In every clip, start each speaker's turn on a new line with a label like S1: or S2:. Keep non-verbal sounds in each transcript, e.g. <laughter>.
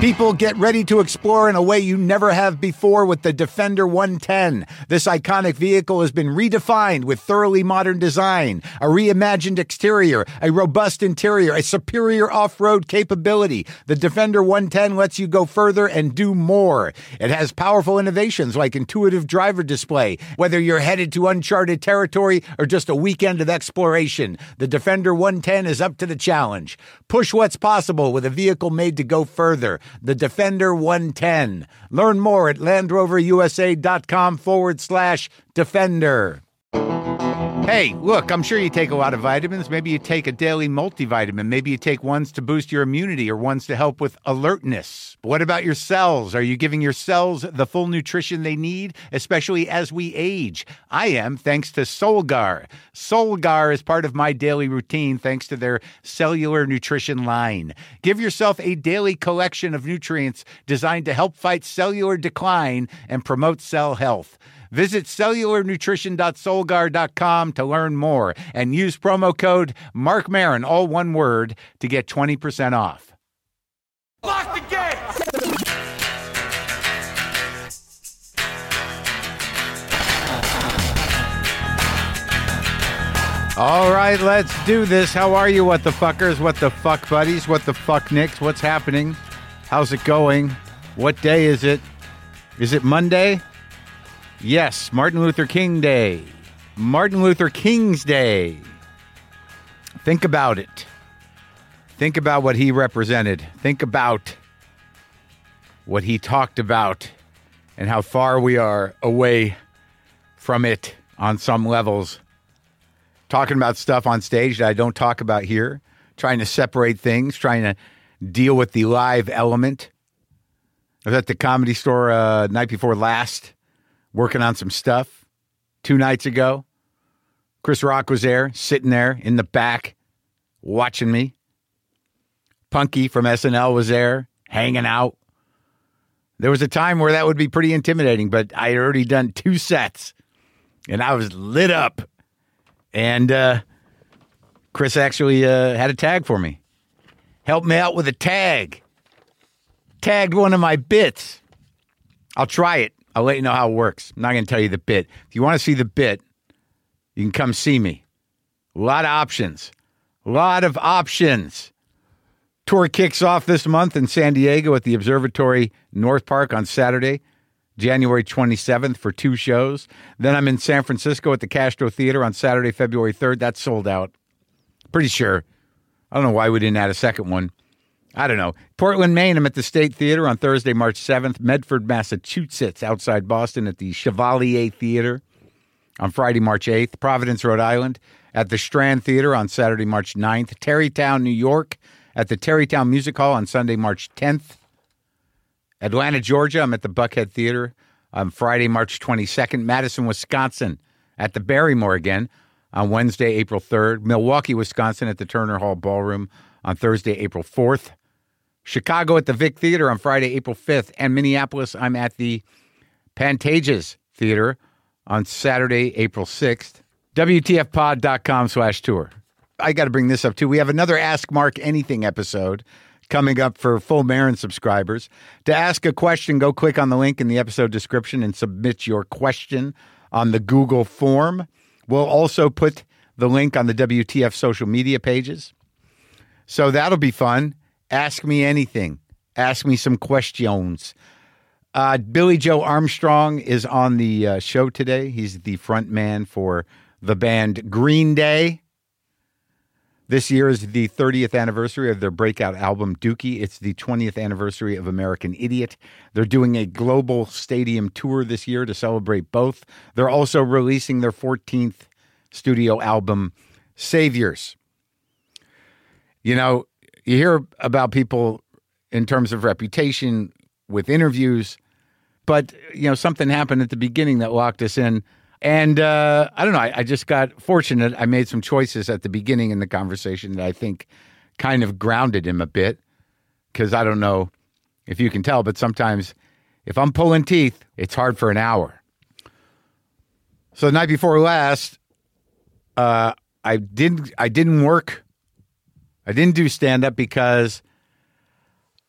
S1: People get ready to explore in a way you never have before with the Defender 110. This iconic vehicle has been redefined with thoroughly modern design, a reimagined exterior, a robust interior, a superior off road capability. The Defender 110 lets you go further and do more. It has powerful innovations like intuitive driver display, whether you're headed to uncharted territory or just a weekend of exploration. The Defender 110 is up to the challenge. Push what's possible with a vehicle made to go further. The Defender 110. Learn more at LandRoverUSA.com forward slash Defender. Hey, look, I'm sure you take a lot of vitamins. Maybe you take a daily multivitamin. Maybe you take ones to boost your immunity or ones to help with alertness. But what about your cells? Are you giving your cells the full nutrition they need, especially as we age? I am, thanks to Solgar. Solgar is part of my daily routine thanks to their cellular nutrition line. Give yourself a daily collection of nutrients designed to help fight cellular decline and promote cell health. Visit cellularnutrition.solgar.com to learn more and use promo code Mark Marin, all one word, to get 20% off.
S2: Lock the gate!
S1: All right, let's do this. How are you, what the fuckers? What the fuck buddies? What the fuck nicks? What's happening? How's it going? What day is it? Is it Monday? Yes, Martin Luther King Day. Martin Luther King's Day. Think about it. Think about what he represented. Think about what he talked about and how far we are away from it on some levels. Talking about stuff on stage that I don't talk about here, trying to separate things, trying to deal with the live element. I was at the comedy store uh, night before last working on some stuff two nights ago. Chris Rock was there, sitting there in the back, watching me. Punky from SNL was there, hanging out. There was a time where that would be pretty intimidating, but I had already done two sets and I was lit up. And uh, Chris actually uh, had a tag for me, helped me out with a tag, tagged one of my bits. I'll try it. I'll let you know how it works. I'm not going to tell you the bit. If you want to see the bit, you can come see me. A lot of options. A lot of options. Tour kicks off this month in San Diego at the Observatory North Park on Saturday, January 27th for two shows. Then I'm in San Francisco at the Castro Theater on Saturday, February 3rd. That's sold out. Pretty sure. I don't know why we didn't add a second one. I don't know. Portland, Maine, I'm at the State Theater on Thursday, March 7th. Medford, Massachusetts, outside Boston at the Chevalier Theater on Friday, March 8th. Providence, Rhode Island at the Strand Theater on Saturday, March 9th. Terrytown, New York at the Terrytown Music Hall on Sunday, March 10th. Atlanta, Georgia, I'm at the Buckhead Theater on Friday, March 22nd. Madison, Wisconsin at the Barrymore again on Wednesday, April 3rd. Milwaukee, Wisconsin at the Turner Hall Ballroom on Thursday, April 4th. Chicago at the Vic Theater on Friday, April 5th, and Minneapolis, I'm at the Pantages Theater on Saturday, April 6th. WTFpod.com slash tour. I got to bring this up too. We have another Ask Mark Anything episode coming up for full Marin subscribers. To ask a question, go click on the link in the episode description and submit your question on the Google form. We'll also put the link on the WTF social media pages. So that'll be fun ask me anything. Ask me some questions. Uh, Billy Joe Armstrong is on the uh, show today. He's the front man for the band Green Day. This year is the 30th anniversary of their breakout album, Dookie. It's the 20th anniversary of American Idiot. They're doing a global stadium tour this year to celebrate both. They're also releasing their 14th studio album, Saviors. You know, you hear about people in terms of reputation with interviews, but you know something happened at the beginning that locked us in. And uh, I don't know. I, I just got fortunate. I made some choices at the beginning in the conversation that I think kind of grounded him a bit. Because I don't know if you can tell, but sometimes if I'm pulling teeth, it's hard for an hour. So the night before last, uh, I didn't. I didn't work I didn't do stand up because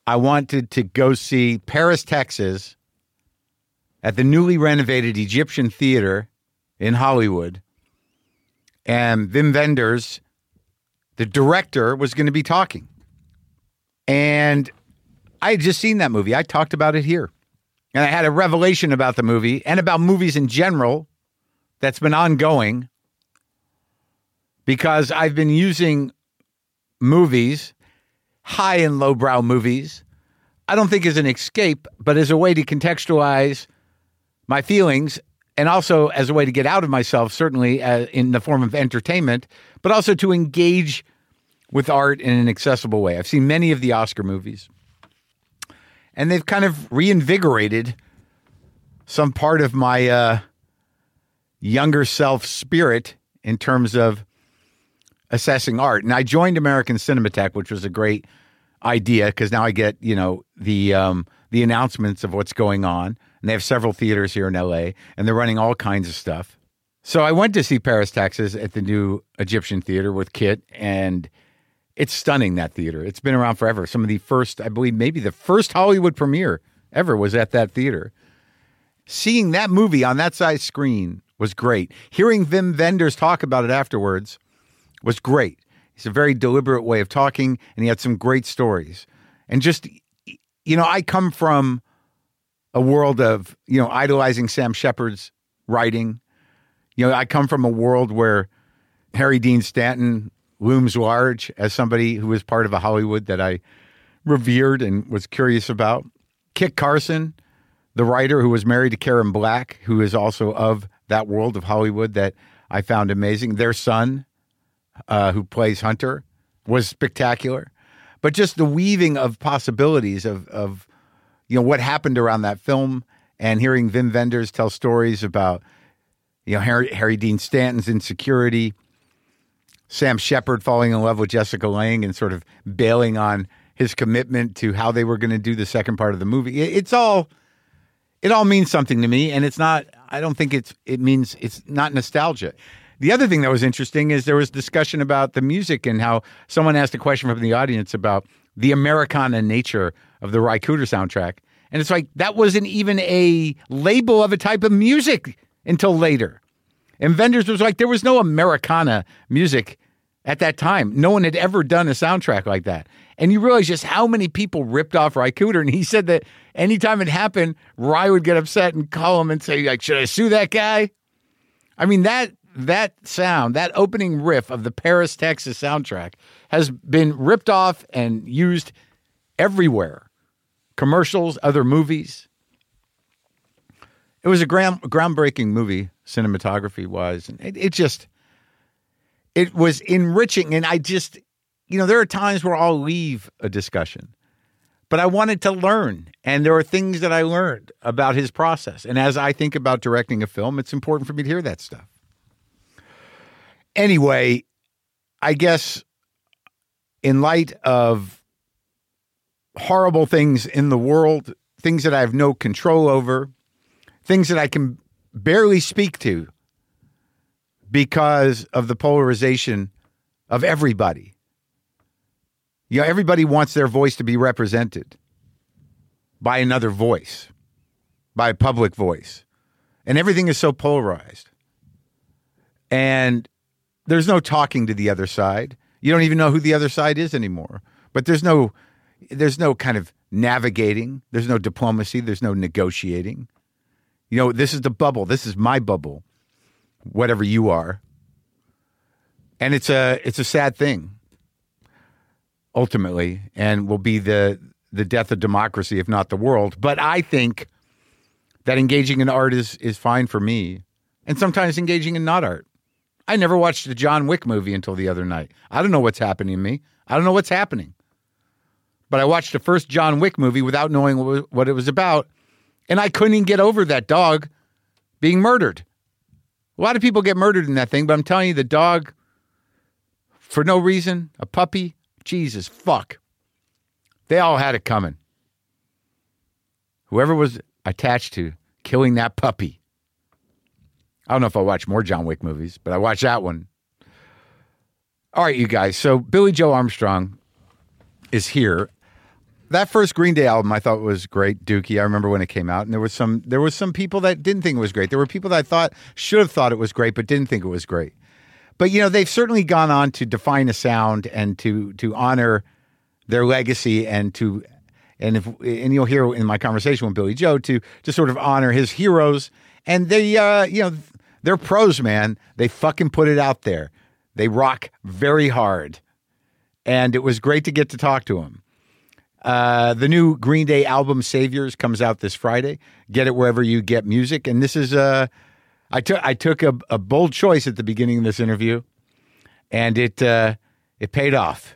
S1: I wanted to go see Paris, Texas at the newly renovated Egyptian Theater in Hollywood. And Vim Vendors, the director, was going to be talking. And I had just seen that movie. I talked about it here. And I had a revelation about the movie and about movies in general that's been ongoing because I've been using movies, high and lowbrow movies, I don't think as an escape, but as a way to contextualize my feelings and also as a way to get out of myself, certainly uh, in the form of entertainment, but also to engage with art in an accessible way. I've seen many of the Oscar movies, and they've kind of reinvigorated some part of my uh, younger self spirit in terms of assessing art. And I joined American Cinematech, which was a great idea because now I get you know the um, the announcements of what's going on, and they have several theaters here in LA, and they're running all kinds of stuff. So I went to see Paris, Texas, at the new Egyptian Theater with Kit, and it's stunning that theater. It's been around forever. Some of the first, I believe, maybe the first Hollywood premiere ever was at that theater. Seeing that movie on that size screen was great. Hearing Vim Vendors talk about it afterwards was great. It's a very deliberate way of talking, and he had some great stories. And just, you know, I come from a world of, you know, idolizing Sam Shepard's writing. You know, I come from a world where Harry Dean Stanton looms large as somebody who was part of a Hollywood that I revered and was curious about. Kit Carson, the writer who was married to Karen Black, who is also of that world of Hollywood that I found amazing. Their son, uh, who plays Hunter, was spectacular. But just the weaving of possibilities of, of you know what happened around that film, and hearing Vim Vendors tell stories about you know Harry, Harry Dean Stanton's insecurity, Sam Shepard falling in love with Jessica Lange and sort of bailing on his commitment to how they were going to do the second part of the movie. It- it's all it all means something to me and it's not i don't think it's it means it's not nostalgia the other thing that was interesting is there was discussion about the music and how someone asked a question from the audience about the americana nature of the Rycooter soundtrack and it's like that wasn't even a label of a type of music until later and vendors was like there was no americana music at that time no one had ever done a soundtrack like that and you realize just how many people ripped off Rycooter. And he said that anytime it happened, Rye would get upset and call him and say, like, should I sue that guy? I mean, that that sound, that opening riff of the Paris, Texas soundtrack has been ripped off and used everywhere. Commercials, other movies. It was a ground, groundbreaking movie, cinematography wise. And it, it just it was enriching. And I just you know, there are times where I'll leave a discussion, but I wanted to learn. And there are things that I learned about his process. And as I think about directing a film, it's important for me to hear that stuff. Anyway, I guess in light of horrible things in the world, things that I have no control over, things that I can barely speak to because of the polarization of everybody you know, everybody wants their voice to be represented by another voice, by a public voice. And everything is so polarized. And there's no talking to the other side. You don't even know who the other side is anymore. But there's no there's no kind of navigating, there's no diplomacy, there's no negotiating. You know, this is the bubble. This is my bubble. Whatever you are. And it's a it's a sad thing ultimately and will be the the death of democracy if not the world but i think that engaging in art is is fine for me and sometimes engaging in not art i never watched a john wick movie until the other night i don't know what's happening to me i don't know what's happening but i watched the first john wick movie without knowing wh- what it was about and i couldn't even get over that dog being murdered a lot of people get murdered in that thing but i'm telling you the dog for no reason, a puppy. Jesus fuck. They all had it coming. Whoever was attached to killing that puppy. I don't know if I'll watch more John Wick movies, but I watched that one. All right, you guys. So Billy Joe Armstrong is here. that first Green Day album I thought was great, Dookie. I remember when it came out, and there was some there was some people that didn't think it was great. There were people that I thought should have thought it was great, but didn't think it was great. But you know, they've certainly gone on to define a sound and to to honor their legacy and to and if and you'll hear in my conversation with Billy Joe to to sort of honor his heroes. And they uh, you know, they're pros, man. They fucking put it out there. They rock very hard. And it was great to get to talk to him. Uh, the new Green Day album Saviors comes out this Friday. Get it wherever you get music. And this is uh, I took I took a, a bold choice at the beginning of this interview, and it uh, it paid off.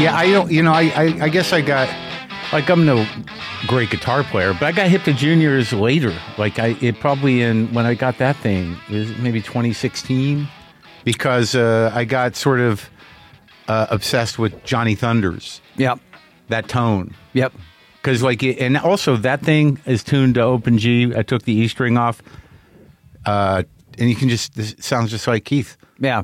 S1: Yeah, I don't. You know, I I, I guess I got.
S3: Like I'm no great guitar player, but I got hip to juniors later. Like I, it probably in when I got that thing is maybe 2016.
S1: because uh, I got sort of uh, obsessed with Johnny Thunders,
S3: Yep,
S1: that tone.
S3: yep.
S1: Because, like, it,
S3: And also that thing is tuned to open G. I took the E string off.
S1: uh, and you can just, this sounds just like Keith. <laughs>
S3: Yeah,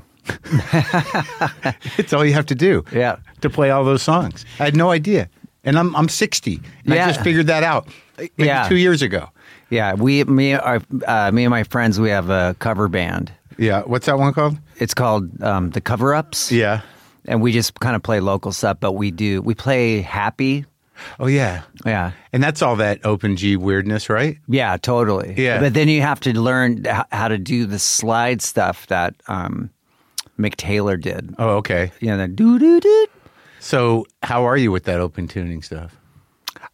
S1: It's all you have to do.
S3: Yeah.
S1: To play all those songs. I had no idea. And I'm, I'm 60. And I
S4: Yeah.
S1: just figured that out maybe
S4: Yeah.
S1: two years ago.
S4: Yeah, we me our, uh, me and my friends we have a cover band.
S1: Yeah. What's that one called?
S4: It's called um, the Cover Ups.
S1: Yeah.
S4: and we just kind of play local stuff, but we do we play happy.
S1: Oh, yeah.
S4: Yeah,
S1: And that's all that open G weirdness, right?
S4: yeah, totally.
S1: Yeah.
S4: but then you have to learn h- how to do the slide stuff that um, Mick Taylor did.
S1: Oh, okay.
S4: You know, the doo doo doo.
S1: So, how are you with that open tuning stuff?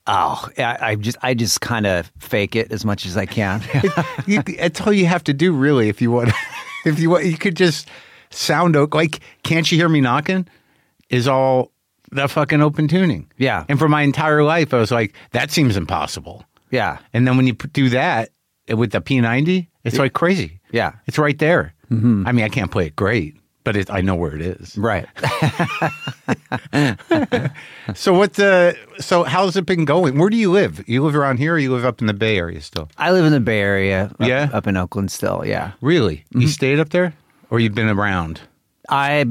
S4: Oh, I, I just I just kind of fake it as much as I can. <laughs>
S1: you, that's all you have to do, really. If you want, <laughs> if you want, you could just sound oak. Like, can't you hear me knocking? Is all that fucking open tuning?
S4: Yeah.
S1: And for my entire life, I was like, that seems impossible. <laughs>
S4: yeah,
S1: And then when you p- do that eh, with the P90, it's like crazy.
S4: Yeah.
S1: It's right there. Mm-hmm. I mean, I can't play it great, but it, I know where it is.
S4: right.
S1: So what the? So how's it been going? Where do you live? You live around here, or you live up in the Bay Area still?
S4: I live in the Bay Area. up-
S1: Yeah?
S4: up in Oakland still. Yeah.
S1: Really? You
S4: Mm-hmm.
S1: stayed up there, or you've been around?
S4: I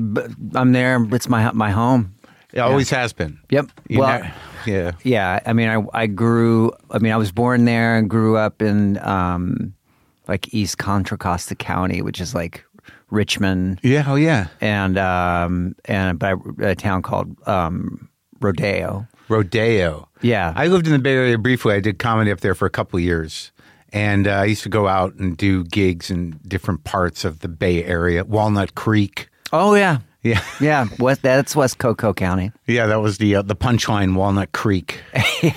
S4: I'm there. It's my my home.
S1: It always has been.
S4: Yep.
S1: You
S4: well,
S1: know- yeah.
S4: yeah. I mean, I I grew. I mean, I was born there and grew up in um, like East Contra Costa County, which is like Richmond,
S1: Yeah. Oh, yeah.
S4: and um, and by a town called um, Rodeo.
S1: Rodeo.
S4: Yeah.
S1: I lived in the Bay Area briefly. I did comedy up there for a couple of years. And uh, I used to go out and do gigs in different parts of the Bay Area, Walnut Creek.
S4: oh <laughs> yeah,
S1: Yeah.
S4: yeah. West, that's West Cocoa County.
S1: Yeah, that was the uh, the punchline, Walnut
S4: <laughs>
S1: Creek.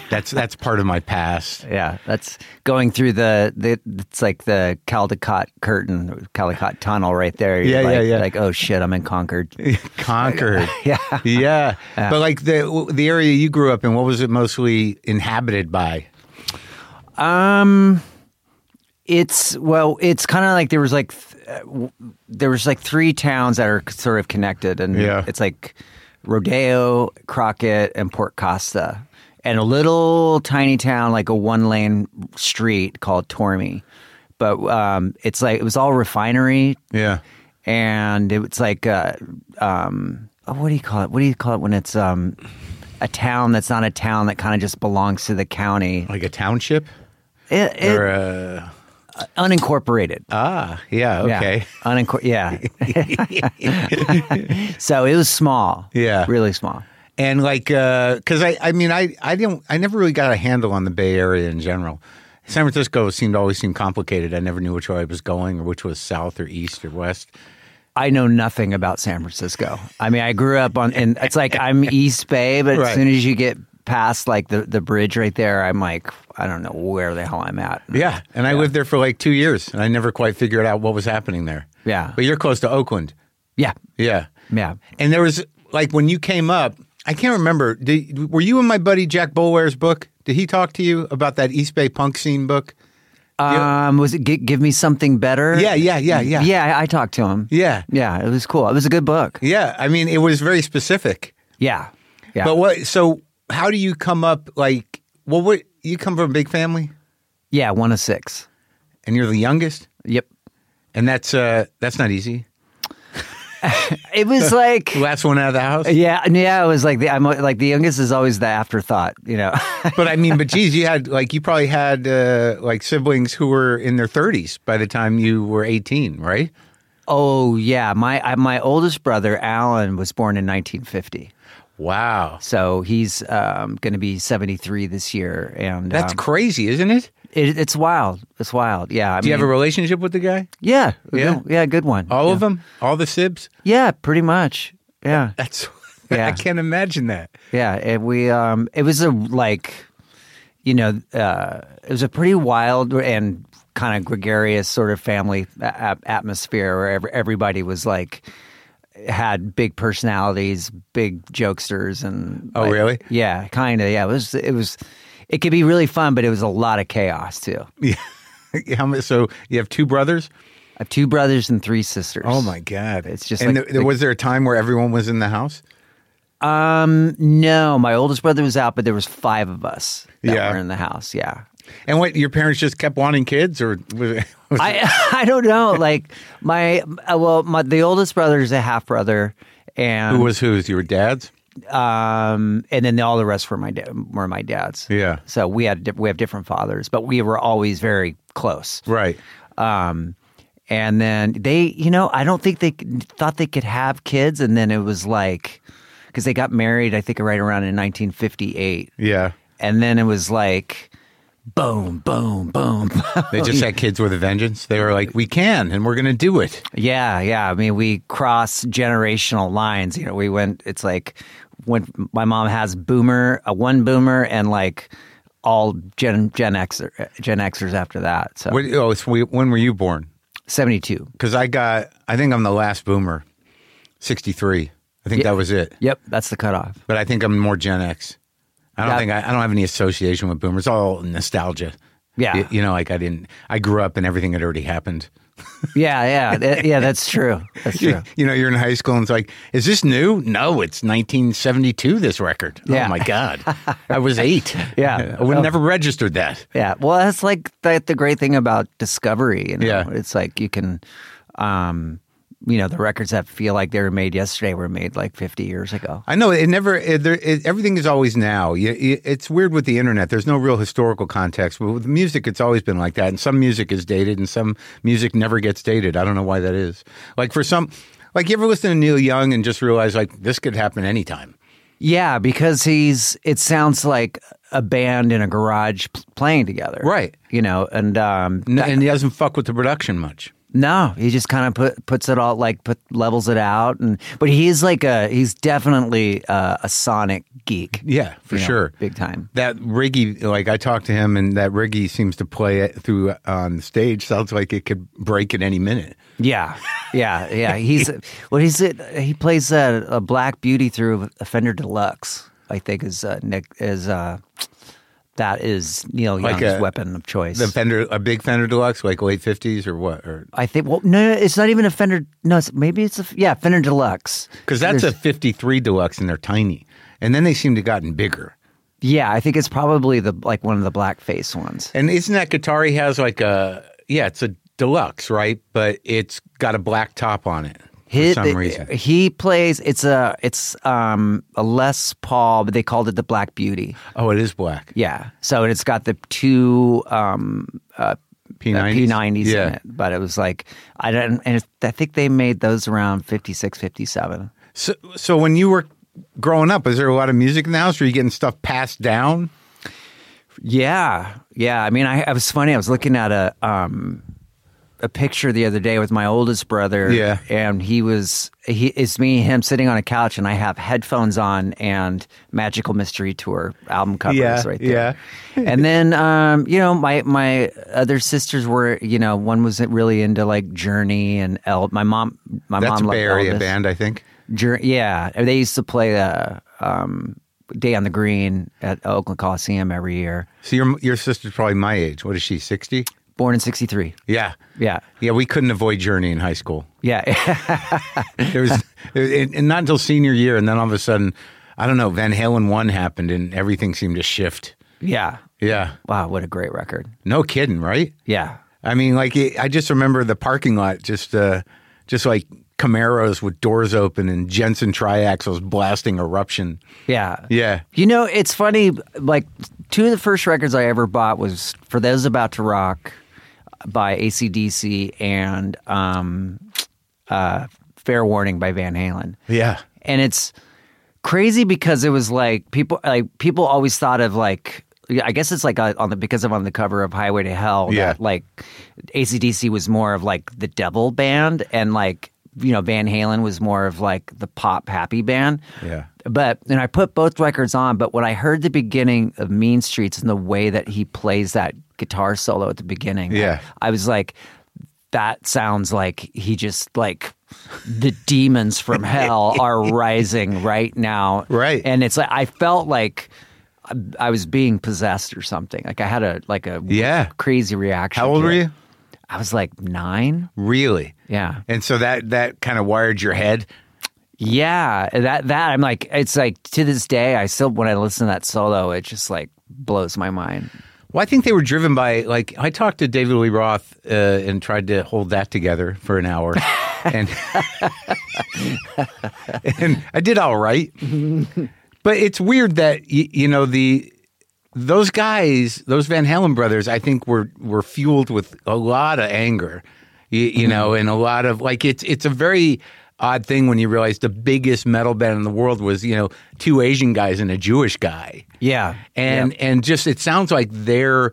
S1: that's that's part of my past.
S4: Yeah, that's going through the, the it's like the Caldecott curtain, Caldecott tunnel right there. You're
S1: Yeah,
S4: like,
S1: yeah, yeah.
S4: Like oh shit, I'm in Concord. <laughs>
S1: Concord.
S4: yeah.
S1: yeah. But like the the area you grew up in, what was it mostly inhabited by?
S4: Um, it's well, it's kind of like there was like th- uh, w- there was like three towns that are sort of connected, and
S1: Yeah.
S4: it's like Rodeo, Crockett, and Port Costa, and a little tiny town like a one lane street called Tormy. But um, it's like it was all refinery,
S1: Yeah.
S4: and it was like uh, um, oh, what do you call it? What do you call it when it's um. A town that's not a town that kind of just belongs to the county.
S1: Like a township?
S4: It- it-
S1: or uh, a,
S4: unincorporated.
S1: ah, yeah, okay.
S4: Yeah. Unincor- yeah.
S1: <laughs>
S4: so it was small.
S1: Yeah.
S4: Really small.
S1: and like because I, I mean I, I didn't I never really got a handle on the Bay Area in general. San Francisco seemed always seemed complicated. I never knew which way I was going or which was south or east or west.
S4: I know nothing about San Francisco. I mean, I grew up on, and it's like I'm East Bay, but
S1: Right.
S4: as soon as you get past like the, the bridge right there, I'm like, I don't know where the hell I'm at.
S1: Yeah, and I lived there for like two years, and I never quite figured out what was happening there.
S4: Yeah.
S1: but you're close to Oakland.
S4: Yeah.
S1: Yeah,
S4: Yeah.
S1: and there was like when you came up, I can't remember. Did, were you in my buddy Jack Bulware's book? Did he talk to you about that East Bay punk scene book?
S4: Um, was it G- Give Me Something Better?
S1: Yeah, yeah, yeah, yeah,
S4: Yeah. I, I talked to him.
S1: yeah,
S4: Yeah. It was cool. It was a good book.
S1: yeah. I mean, it was very specific.
S4: Yeah. Yeah.
S1: But what? So how do you come up? Like, well, what you come from a big family,
S4: yeah. One of six.
S1: and you're the youngest,
S4: Yep.
S1: and that's uh that's not easy. <laughs>
S4: It was like.
S1: Last one out of the house.
S4: Yeah, yeah, it was like the I'm like the youngest is always the afterthought, you know. <laughs>
S1: But I mean, but geez, you had like you probably had uh, like siblings who were in their 30s by the time you were 18, right?
S4: oh yeah, my I, my oldest brother Alan was born in 1950,
S1: Wow,
S4: so he's um, going to be 73 this year, and
S1: that's
S4: um,
S1: crazy, isn't it?
S4: it, it's wild. It's wild. Yeah. I
S1: Do you have
S4: mean,
S1: a relationship with the guy?
S4: Yeah,
S1: Yeah?
S4: yeah, yeah, good one.
S1: All
S4: Mm-hmm. yeah.
S1: of them? All the sibs?
S4: Yeah, pretty much. Yeah,
S1: That's <laughs>
S4: Yeah.
S1: I can't imagine that. <laughs>
S4: yeah. And we um, it was a like, you know, uh, it was a pretty wild and kind of gregarious sort of family a- a- atmosphere where ev- everybody was like had big personalities, big jokesters, and
S1: Oh,
S4: like-
S1: really?
S4: Yeah, kind of. Yeah, it was. It was. It could be really fun, but it was a lot of chaos too.
S1: How many, so you have two brothers?
S4: I have two brothers and three sisters.
S1: Oh my god!
S4: It's just
S1: and
S4: like
S1: there,
S4: the-
S1: was there a time where everyone was in the house?
S4: Um, no, my oldest brother was out, but there was five of us that
S1: Yeah.
S4: were in the house. Yeah.
S1: And what your parents just kept wanting kids, or was it, <laughs> was it-
S4: I <laughs> I don't know. Like my uh, well, my the oldest brother is a half brother, and
S1: who was whose? Your dad's?
S4: um, and then all the rest were my da- were my dad's.
S1: Yeah.
S4: So we had di- we have different fathers, but we were always very close.
S1: Right.
S4: Um, and then they, you know, I don't think they c- thought they could have kids, and then it was like because they got married, I think, right around in 1958.
S1: Yeah.
S4: And then it was like, boom, boom, boom.
S1: They just had kids with a vengeance. They were like, "We can, and we're going to do it."
S4: yeah, yeah. I mean, we cross generational lines. You know, we went, it's like when my mom has boomer, a one boomer, and like all Gen, Gen, Xer, Gen Xers after that. So
S1: What, oh, it's, we, when were you born?
S4: 72.
S1: Because I got, I think I'm the last boomer, sixty three. I think that was it.
S4: Yep, that's the cutoff.
S1: <laughs> But I think I'm more Gen X. I don't
S4: Yeah.
S1: think I, I don't have any association with boomers. It's all nostalgia.
S4: Yeah.
S1: Y- you know, like I didn't. I grew up and everything had already happened.
S4: Yeah, yeah. that- yeah, that's true. That's
S1: You-
S4: true.
S1: <laughs> You know, you're in high school and it's like, is this new? No, it's 1972, this record.
S4: Yeah.
S1: Oh my God. I
S4: <laughs>
S1: was eight.
S4: Yeah.
S1: I would
S4: Oh.
S1: never registered that.
S4: Yeah. Well, that's like the, the great thing about discovery. You know?
S1: Yeah.
S4: It's like you can, um, you know, the records that feel like they were made yesterday were made like 50 years ago.
S1: I know it never, it, there, it, everything is always now. You, you, it's weird with the internet. There's no real historical context. But with music, it's always been like that. And some music is dated and some music never gets dated. I don't know why that is. Like for some, like you ever listen to Neil Young and just realize like this could happen anytime.
S4: Yeah, because he's, it sounds like a band in a garage p- playing together.
S1: Right.
S4: You know, and um,
S1: N- and he doesn't fuck with the production much.
S4: no, he just kind of put, puts it all like put levels it out. And, but he's like a, he's definitely uh, a, a sonic geek.
S1: Yeah, for
S4: you know,
S1: sure.
S4: Big time.
S1: that Riggy, like I talked to him, and that Riggy seems to play it through on stage. Sounds like it could break at any minute.
S4: Yeah, yeah,
S1: <laughs>
S4: yeah. He's what he's he plays a, a Black Beauty through a Fender Deluxe. I think is uh, Nick is uh, that is Neil Young's
S1: Like a-
S4: weapon of choice.
S1: The Fender, a big Fender Deluxe, like late fifties or what? Or
S4: I think. Well, no, no, it's not even a Fender. No, it's, maybe it's a yeah Fender Deluxe.
S1: because that's a
S4: There's-
S1: fifty-three Deluxe, and they're tiny. And then they seem to have gotten bigger.
S4: yeah. I think it's probably the like one of the blackface ones.
S1: And isn't that guitar he has like a yeah? It's a Deluxe, right? But it's got a black top on it
S4: He-
S1: for some reason.
S4: he plays. It's a it's um a Les Paul, but they called it the Black Beauty.
S1: oh, it is black.
S4: Yeah. So it's got the two um uh,
S1: P90s?
S4: P90s
S1: Yeah.
S4: in it. But it was like I don't and it, I think they made those around 56 57.
S1: So, so when you were growing up, is there a lot of music in the house? Were you getting stuff passed down?
S4: Yeah. Yeah, I mean I, I was funny. I was looking at a um a picture the other day with my oldest brother
S1: Yeah.
S4: and he was he it's me and him sitting on a couch and I have headphones on and Magical Mystery Tour album covers
S1: Yeah,
S4: right there. Yeah. and then um, you know, my my other sisters were, you know, one was really into like Journey and El my mom my
S1: That's a
S4: mom loved
S1: Bay Area
S4: Elvis.
S1: band, I think.
S4: Jour- yeah, and they used to play the um, Day on the Green at Oakland Coliseum every year.
S1: So your your sister's probably my age. What is she? Sixty?
S4: Born in '63.
S1: Yeah,
S4: Yeah,
S1: yeah. We couldn't avoid Journey in high school.
S4: yeah, <laughs>
S1: There was, <laughs> and and not until senior year, and then all of a sudden, I don't know. Van Halen one happened, and everything seemed to shift.
S4: yeah.
S1: Yeah,
S4: Wow, what a great record.
S1: no kidding, right?
S4: Yeah,
S1: I mean, like it, I just remember the parking lot, just uh, just like Camaros with doors open and Jensen triaxles blasting eruption.
S4: Yeah.
S1: Yeah.
S4: You know, it's funny. Like two of the first records I ever bought was for those about to rock by ACDC and um, uh, Fair Warning by Van Halen,
S1: Yeah.
S4: and it's crazy because it was like people like people always thought of like. I guess it's like uh, on the because I'm on the cover of Highway to Hell.
S1: Yeah.
S4: That, like ACDC was more of like the devil band, and like you know Van Halen was more of like the pop happy band.
S1: Yeah.
S4: But and I put both records on, but when I heard the beginning of Mean Streets and the way that he plays that guitar solo at the beginning,
S1: Yeah.
S4: I, I was like, that sounds like he just like the demons
S1: <laughs>
S4: from hell are rising right now.
S1: Right.
S4: And it's like I felt like I- I was being possessed or something. Like I had a like a
S1: Yeah.
S4: crazy reaction.
S1: How old
S4: to
S1: were
S4: it.
S1: you?
S4: I was like nine.
S1: Really?
S4: Yeah.
S1: And so that that kind of wired your head.
S4: Yeah, that that I'm like it's like to this day I still when I listen to that solo it just like blows my mind.
S1: Well, I think they were driven by like I talked to David Lee Roth uh, and tried to hold that together for an hour, and and I did all right. but it's weird that y- you know the those guys, those Van Halen brothers, I think were were fueled with a lot of anger, you, you know, and a lot of like it's it's a very odd thing when you realize the biggest metal band in the world was you know two Asian guys and a Jewish guy
S4: Yeah.
S1: and and just it sounds like their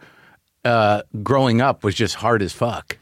S1: uh, growing up was just hard as fuck,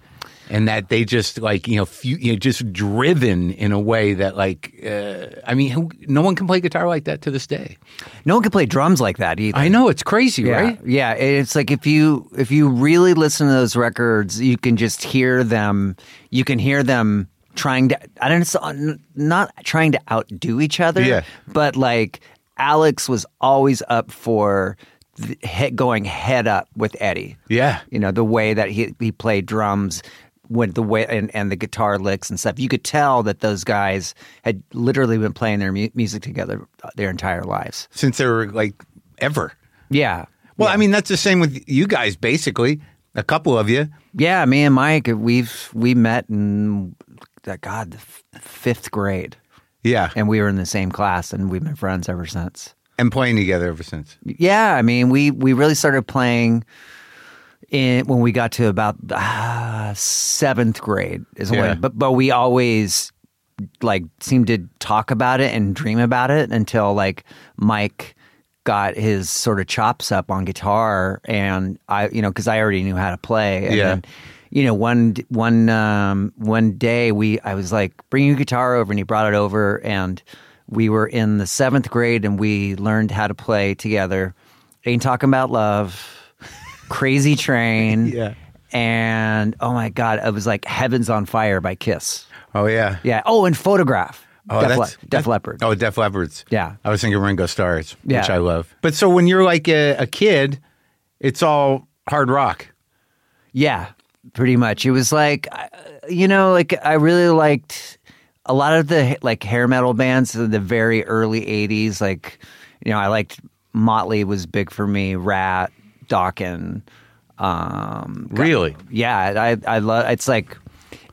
S1: and that they just like you know, few, you know just driven in a way that like uh, I mean, who, no one can play guitar like that to this day.
S4: no one can play drums like that either.
S1: I know it's crazy,
S4: yeah.
S1: right?
S4: Yeah, it's like if you if you really listen to those records, you can just hear them you can hear them trying to I don't know not trying to outdo each other,
S1: Yeah.
S4: but like Alex was always up for th- he- going head up with Eddie.
S1: Yeah,
S4: you know the way that he he played drums when the way and, and the guitar licks and stuff you could tell that those guys had literally been playing their mu- music together uh, their entire lives
S1: since they were like ever.
S4: yeah
S1: Well, I mean, that's the same with you guys, basically. A couple of you,
S4: yeah me and mike we've we met in uh, god the f- fifth grade
S1: yeah, and,
S4: and we were in the same class and we've been friends ever since
S1: playing together ever since.
S4: yeah i mean we we really started playing in when we got to about uh, seventh grade is
S1: Yeah.
S4: when but but we always like seemed to talk about it and dream about it until like mike got his sort of chops up on guitar and i you know because i already knew how to play and
S1: Yeah.
S4: then, you know one d- one um one day we i was like bring your guitar over and he brought it over and we were in the seventh grade and we learned how to play together ain't talking about love crazy
S1: <laughs>
S4: train
S1: Yeah.
S4: and oh my god it was like heavens on fire by kiss
S1: Oh yeah,
S4: yeah oh and photograph
S1: Oh,
S4: def,
S1: that's-
S4: def
S1: that-
S4: leopard
S1: Oh, Def Leppard's.
S4: Yeah.
S1: I was thinking Ringo Starr's,
S4: Yeah.
S1: which I love. But so when you're like a, a kid, it's all hard rock.
S4: Yeah, pretty much. It was like, uh, you know, like I really liked a lot of the like hair metal bands in the very early 80s. Like, you know, I liked Motley was big for me, Rat, Dokken. Um,
S1: Really?
S4: yeah, I, I love it's like,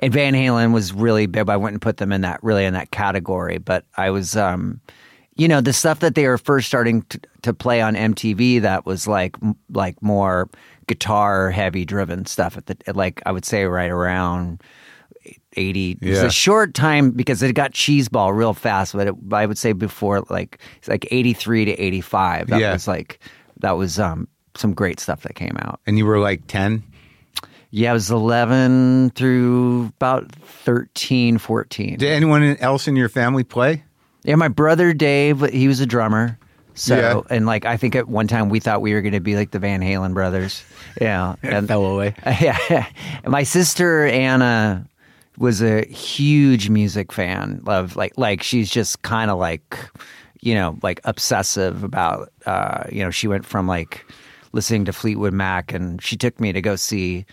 S4: and Van Halen was really big. but I wouldn't put them in that really in that category, but I was, um, you know, the stuff that they were first starting to, to play on MTV that was like m- like more guitar heavy driven stuff at the like I would say right around. 80 It was
S1: Yeah.
S4: a short time because it got cheeseball real fast but it, I would say before like it's like 83 to 85 that
S1: Yeah.
S4: was like that was um some great stuff that came out
S1: And you were like 10.
S4: yeah, it was 11 through about 13, 14.
S1: Did anyone else in your family play?
S4: yeah, my brother Dave, he was a drummer. So,
S1: Yeah.
S4: and like, I think at one time we thought we were going to be like the Van Halen brothers.
S1: <laughs>
S4: Yeah. And,
S1: fell away.
S4: <laughs> yeah. And my sister Anna was a huge music fan of like like she's just kind of like you know like obsessive about uh you know she went from like listening to Fleetwood Mac and she took me to go see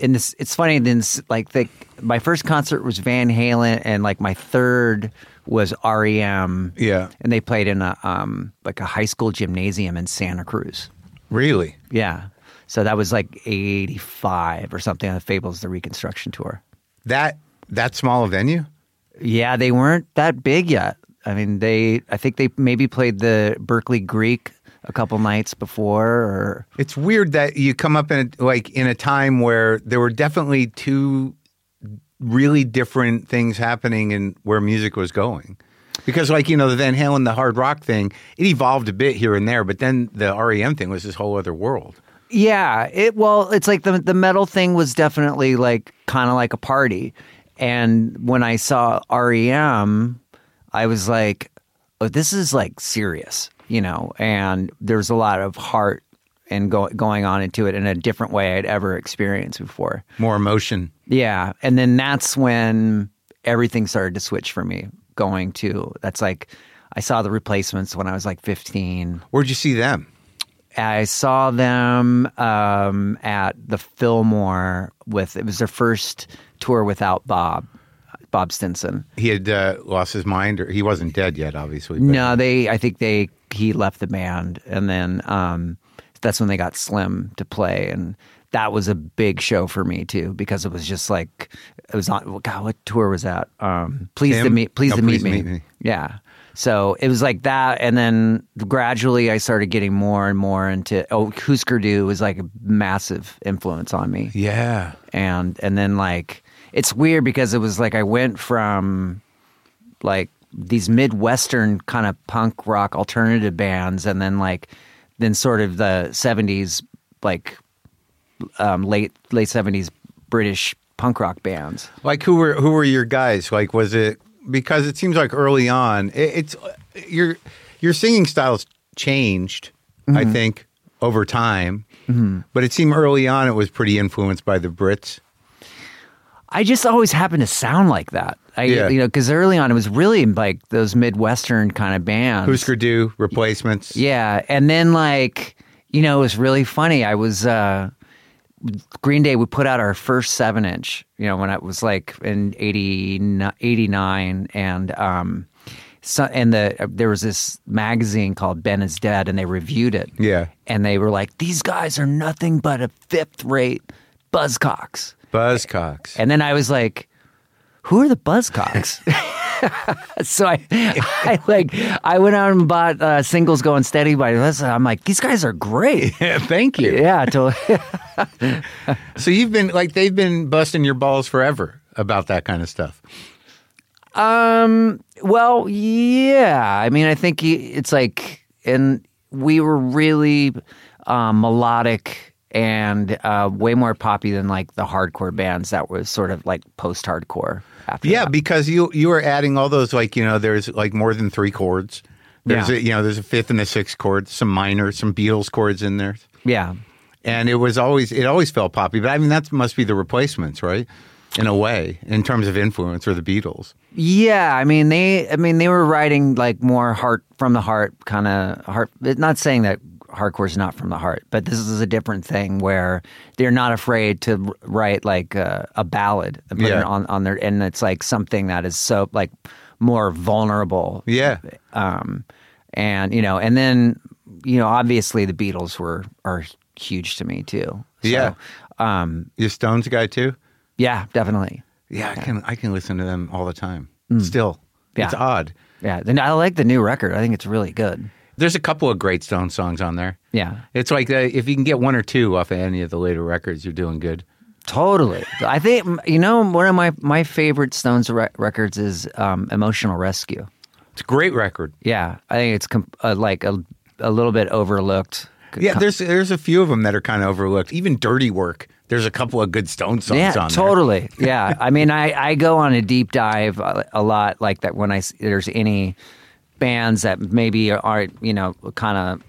S4: and this it's funny then s- like the my first concert was Van Halen and like my third was E REM
S1: Yeah.
S4: and they played in a um like a high school gymnasium in Santa Cruz
S1: Really?
S4: yeah. So that was like 85 or something on the Fables, the Reconstruction Tour.
S1: That that small a venue?
S4: Yeah, they weren't that big yet. I mean, they I think they maybe played the Berkeley Greek a couple nights before or
S1: It's weird that you come up in a, like in a time where there were definitely two really different things happening and where music was going. Because like you know the Van Halen, the hard rock thing, it evolved a bit here and there, but then the REM thing was this whole other world.
S4: Yeah, it well, it's like the the metal thing was definitely like kind of like a party. And when I saw REM, I was like, oh, this is like serious, you know, and there's a lot of heart and go, going on into it in a different way I'd ever experienced before.
S1: More emotion.
S4: Yeah. And then that's when everything started to switch for me going to that's like I saw the replacements when I was like 15.
S1: Where'd you see them?
S4: I saw them um, at the Fillmore with it was their first tour without Bob, Bob Stinson.
S1: He had uh, lost his mind, or he wasn't dead yet, obviously. but-
S4: No, they I think they he left the band and then um, that's when they got Slim to play and that was a big show for me too because it was just like it was on God what tour was that? Um, please to
S1: Him?
S4: meet please
S1: No,
S4: to
S1: Please
S4: meet, me.
S1: Meet Me.
S4: Yeah. So it was like that, and then gradually I started getting more and more into. Oh, Husker Du was like a massive influence on me
S1: Yeah.
S4: and and then like it's weird because it was like I went from like these midwestern kind of punk rock alternative bands and then like then sort of the 70s like um late late 70s British punk rock bands.
S1: Like who were who were your guys? Like was it because it seems like early on it, it's your your singing styles changed.
S4: Mm-hmm.
S1: I think over time, but it seemed early on it was pretty influenced by the Brits.
S4: I just always happened to sound like that. I
S1: Yeah.
S4: you know cuz early on it was really like those midwestern kind of bands.
S1: Husker Du replacements.
S4: Yeah, and then like you know, it was really funny. I was uh, Green Day. We put out our first seven inch. You know, when I was like in 80, 89 and um, so, and the uh, there was this magazine called Ben is Dead, and they reviewed it.
S1: Yeah.
S4: and they were like, these guys are nothing but a fifth rate buzzcocks.
S1: Buzzcocks.
S4: And then I was like, who are the Buzzcocks? so I, I like, I went out and bought uh, singles going steady by. Listen, I'm like, these guys are great.
S1: Thank you.
S4: <laughs> yeah, totally. <laughs>
S1: So you've been like they've been busting your balls forever about that kind of stuff.
S4: um, well, yeah. I mean, I think he- it's like, and we were really uh, melodic and uh, way more poppy than like the hardcore bands that was sort of like post-hardcore. After
S1: Yeah,
S4: that.
S1: because you you are adding all those like you know there's like more than three chords. There's
S4: Yeah.
S1: a, you know there's a fifth and a sixth chord, some minor, some Beatles chords in there,
S4: yeah.
S1: and it was always it always felt poppy. But I mean that must be the replacements, right? In a way, in terms of influence, or the Beatles.
S4: Yeah, I mean they I mean they were writing like more heart from the heart kind of heart not saying that hardcore is not from the heart, but this is a different thing where they're not afraid to r- write like a, a ballad and put
S1: Yeah.
S4: it on on their and it's like something that is so like more vulnerable.
S1: Yeah,
S4: Um and you know, and then you know, obviously the Beatles were are huge to me too. So,
S1: Yeah.
S4: Um
S1: you Stones guy too.
S4: yeah, definitely.
S1: Yeah, Hmm. I can I can listen to them all the time. Still,
S4: Yeah.
S1: it's odd.
S4: Yeah, then I like the new record. I think it's really good.
S1: There's a couple of great Stone songs on there.
S4: Yeah.
S1: It's like uh, if you can get one or two off of any of the later records, you're doing good.
S4: Totally. I think you know one of my my favorite Stones re- records is um, "Emotional Rescue."
S1: It's a great record.
S4: Yeah, I think it's com- uh, like a a little bit overlooked.
S1: Yeah, there's there's a few of them that are kind of overlooked. Even Dirty Work. There's a couple of good Stone songs
S4: yeah,
S1: on there. <laughs>
S4: totally. Yeah, I mean, I I go on a deep dive a, a lot. Like that when I s- there's any bands that maybe are you know kind of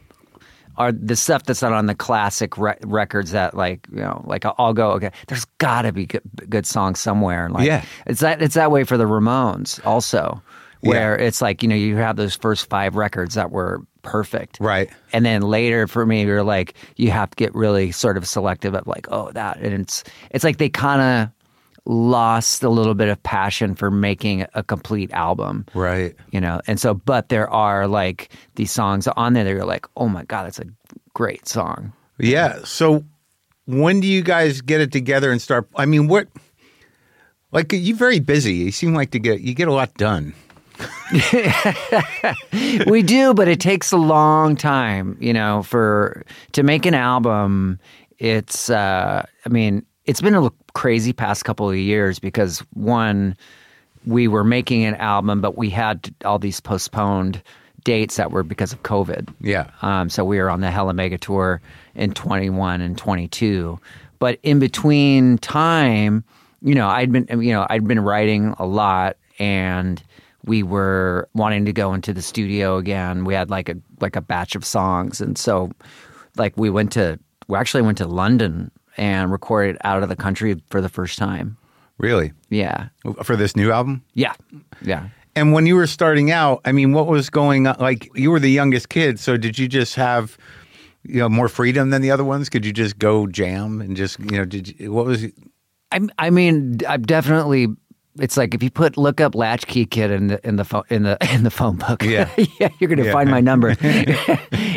S4: are the stuff that's not on the classic re- records that like you know like I'll go okay there's got to be good, good songs somewhere like
S1: Yeah.
S4: it's that it's that way for the Ramones also where it's like you know you have those first 5 records that were perfect
S1: Right.
S4: and then later for me you're like you have to get really sort of selective of like oh that and it's it's like they kind of lost a little bit of passion for making a complete album
S1: Right.
S4: you know and so but there are like these songs on there that you're like oh my god that's a great song
S1: Yeah. So when do you guys get it together and start? I mean, what? Like you're very busy. You seem like to get you get a lot done.
S4: we do, but it takes a long time, you know, for to make an album. It's, uh, I mean, it's been a l- crazy past couple of years because one, we were making an album, but we had all these postponed dates that were because of COVID.
S1: Yeah.
S4: Um, so we were on the Hella Mega Tour in 21 and 22. But in between time, you know, I'd been, you know, I'd been writing a lot and we were wanting to go into the studio again. We had like a, like a batch of songs. And so like we went to, we actually went to London and recorded out of the country for the first time.
S1: Really?
S4: Yeah.
S1: For this new album?
S4: Yeah. Yeah.
S1: And when you were starting out, I mean, what was going on? Like you were the youngest kid, so did you just have you know more freedom than the other ones? Could you just go jam and just you know did you, what was
S4: I, I mean, I'm definitely. It's like if you put look up Latchkey Kid in the in the phone in the <laughs> in the phone book.
S1: Yeah.
S4: <laughs> yeah, you're gonna
S1: Yeah.
S4: find
S1: <laughs>
S4: my number. <laughs>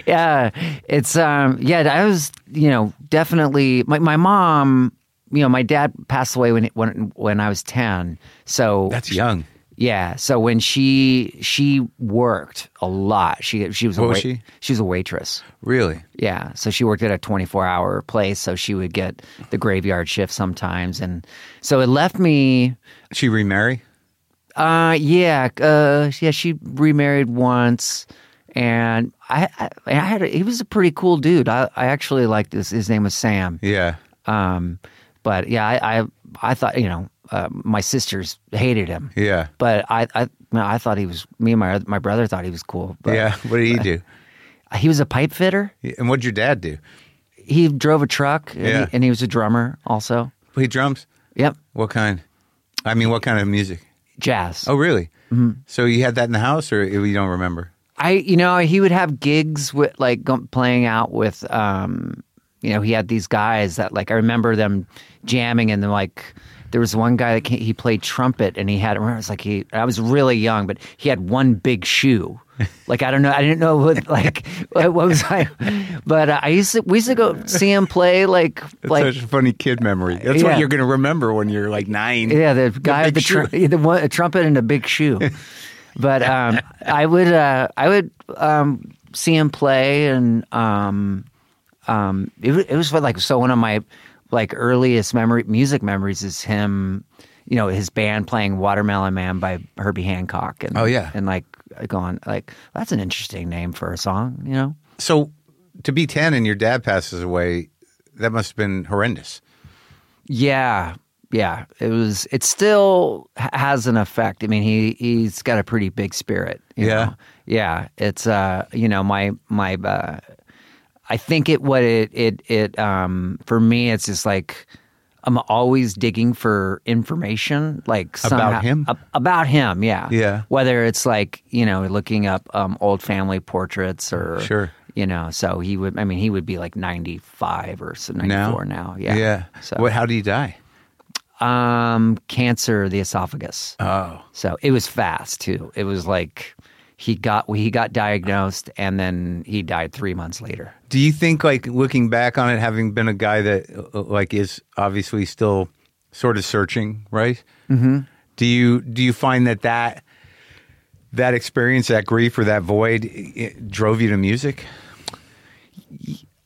S4: yeah, it's um, yeah. I was you know definitely my my mom. You know, my dad passed away when when when I was ten. So
S1: that's young?
S4: yeah. So when she she worked a lot. She she was a
S1: What was
S4: wait-
S1: she?
S4: she was a waitress.
S1: Really?
S4: Yeah. So she worked at a 24 hour place. So she would get the graveyard shift sometimes. And so it left me,
S1: She remarry?
S4: uh, yeah, uh, yeah, she remarried once. And I, I, I had, a, he was a pretty cool dude. I, I actually liked this. His name was Sam.
S1: Yeah.
S4: Um, but yeah, I, I, I thought, you know, uh, my sisters hated him.
S1: Yeah.
S4: But I, I, no, I thought he was, me and my, my brother thought he was cool. But
S1: yeah. What did he do?
S4: He was a pipe fitter.
S1: And what'd your dad do?
S4: He drove a truck and,
S1: Yeah.
S4: he, and he was a drummer also.
S1: Play drums?
S4: Yep.
S1: What kind? I mean, what kind of music?
S4: Jazz.
S1: Oh, really? Mm-hmm. So you had that in the house, or you don't remember?
S4: I, you know, he would have gigs with like go, playing out with, um, you know, he had these guys that like I remember them jamming and then like there was one guy that ca- he played trumpet and he had I remember it was like he I was really young but he had one big shoe. Like I don't know, I didn't know what like what what was I, but uh, I used to we used to go see him play like
S1: That's
S4: like
S1: such a funny kid memory. That's
S4: Yeah.
S1: what you're going to remember when you're like nine.
S4: Yeah, the guy with the,
S1: big
S4: tr- <laughs> the one, a trumpet and a big shoe. but um, I would uh, I would um, see him play, and um, um, it, wa- it was what, like so one of my like earliest memory music memories is him, you know, his band playing Watermelon Man by Herbie Hancock, and
S1: Oh, yeah.
S4: and like going like that's an interesting name for a song, you know.
S1: So to be 10 and your dad passes away, that must have been horrendous.
S4: Yeah, yeah. It was. It still h- has an effect. I mean, he he's got a pretty big spirit. you
S1: Yeah.
S4: know? yeah. It's uh, you know, my my. Uh, I think it what it it it um for me it's just like I'm always digging for information like somehow,
S1: him?
S4: ab- about him yeah
S1: Yeah.
S4: whether it's like you know looking up um old family portraits or
S1: Sure.
S4: you know so he would I mean he would be like 95 or so 94 now, yeah
S1: Yeah.
S4: so
S1: What, how did he die?
S4: um, cancer of the esophagus.
S1: Oh.
S4: So it was fast too. It was like he got he got diagnosed and then he died three months later.
S1: Do you think, like, looking back on it, having been a guy that, uh, like, is obviously still sort of searching, right? Mm-hmm. Do you do you find that that that experience, that grief, or that void, it drove you to music?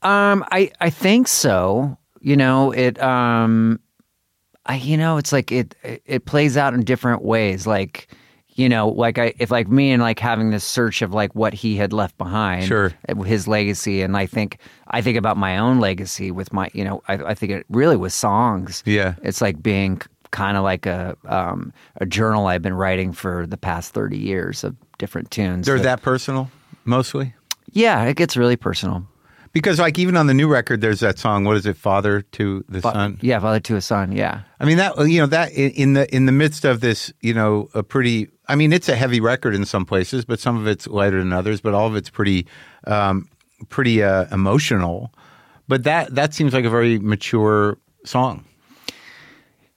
S4: Um, I I think so. You know it. Um, I you know it's like it it- it plays out in different ways. Like you know, like I if like me and like having this search of like what he had left behind, eh,
S1: Sure.
S4: his legacy. And I think I think about my own legacy with my you know I, I think it really was songs.
S1: Yeah.
S4: it's like being kind of like a um a journal I've been writing for the past thirty years of different tunes.
S1: They're that personal, mostly.
S4: yeah, it gets really personal.
S1: Because like even on the new record, there's that song. What is it, Father to the
S4: Fa-
S1: Son?
S4: yeah, father to a son. Yeah.
S1: I mean that you know that i- in the in the midst of this, you know, a pretty. I mean, it's a heavy record in some places, but some of it's lighter than others. But all of it's pretty, um, pretty uh, emotional. But that that seems like a very mature song.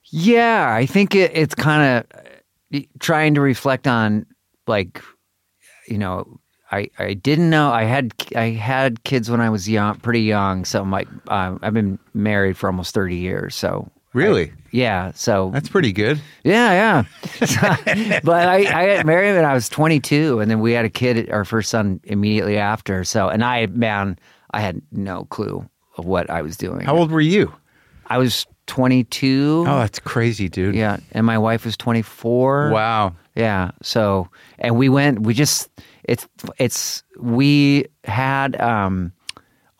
S4: Yeah, I think it, it's kind of trying to reflect on like you know, I I didn't know I had I had kids when I was young, pretty young. So my um, I've been married for almost thirty years, so
S1: Really?
S4: Yeah. So
S1: That's pretty good.
S4: yeah, yeah. <laughs> but I, I got married when I was 22, and then we had a kid, our first son, immediately after. So, and I, man, I had no clue of what I was doing.
S1: How old were you?
S4: I was 22.
S1: Oh, that's crazy, dude.
S4: Yeah, and my wife was 24.
S1: Wow.
S4: Yeah. So, and we went. We just it's it's we had um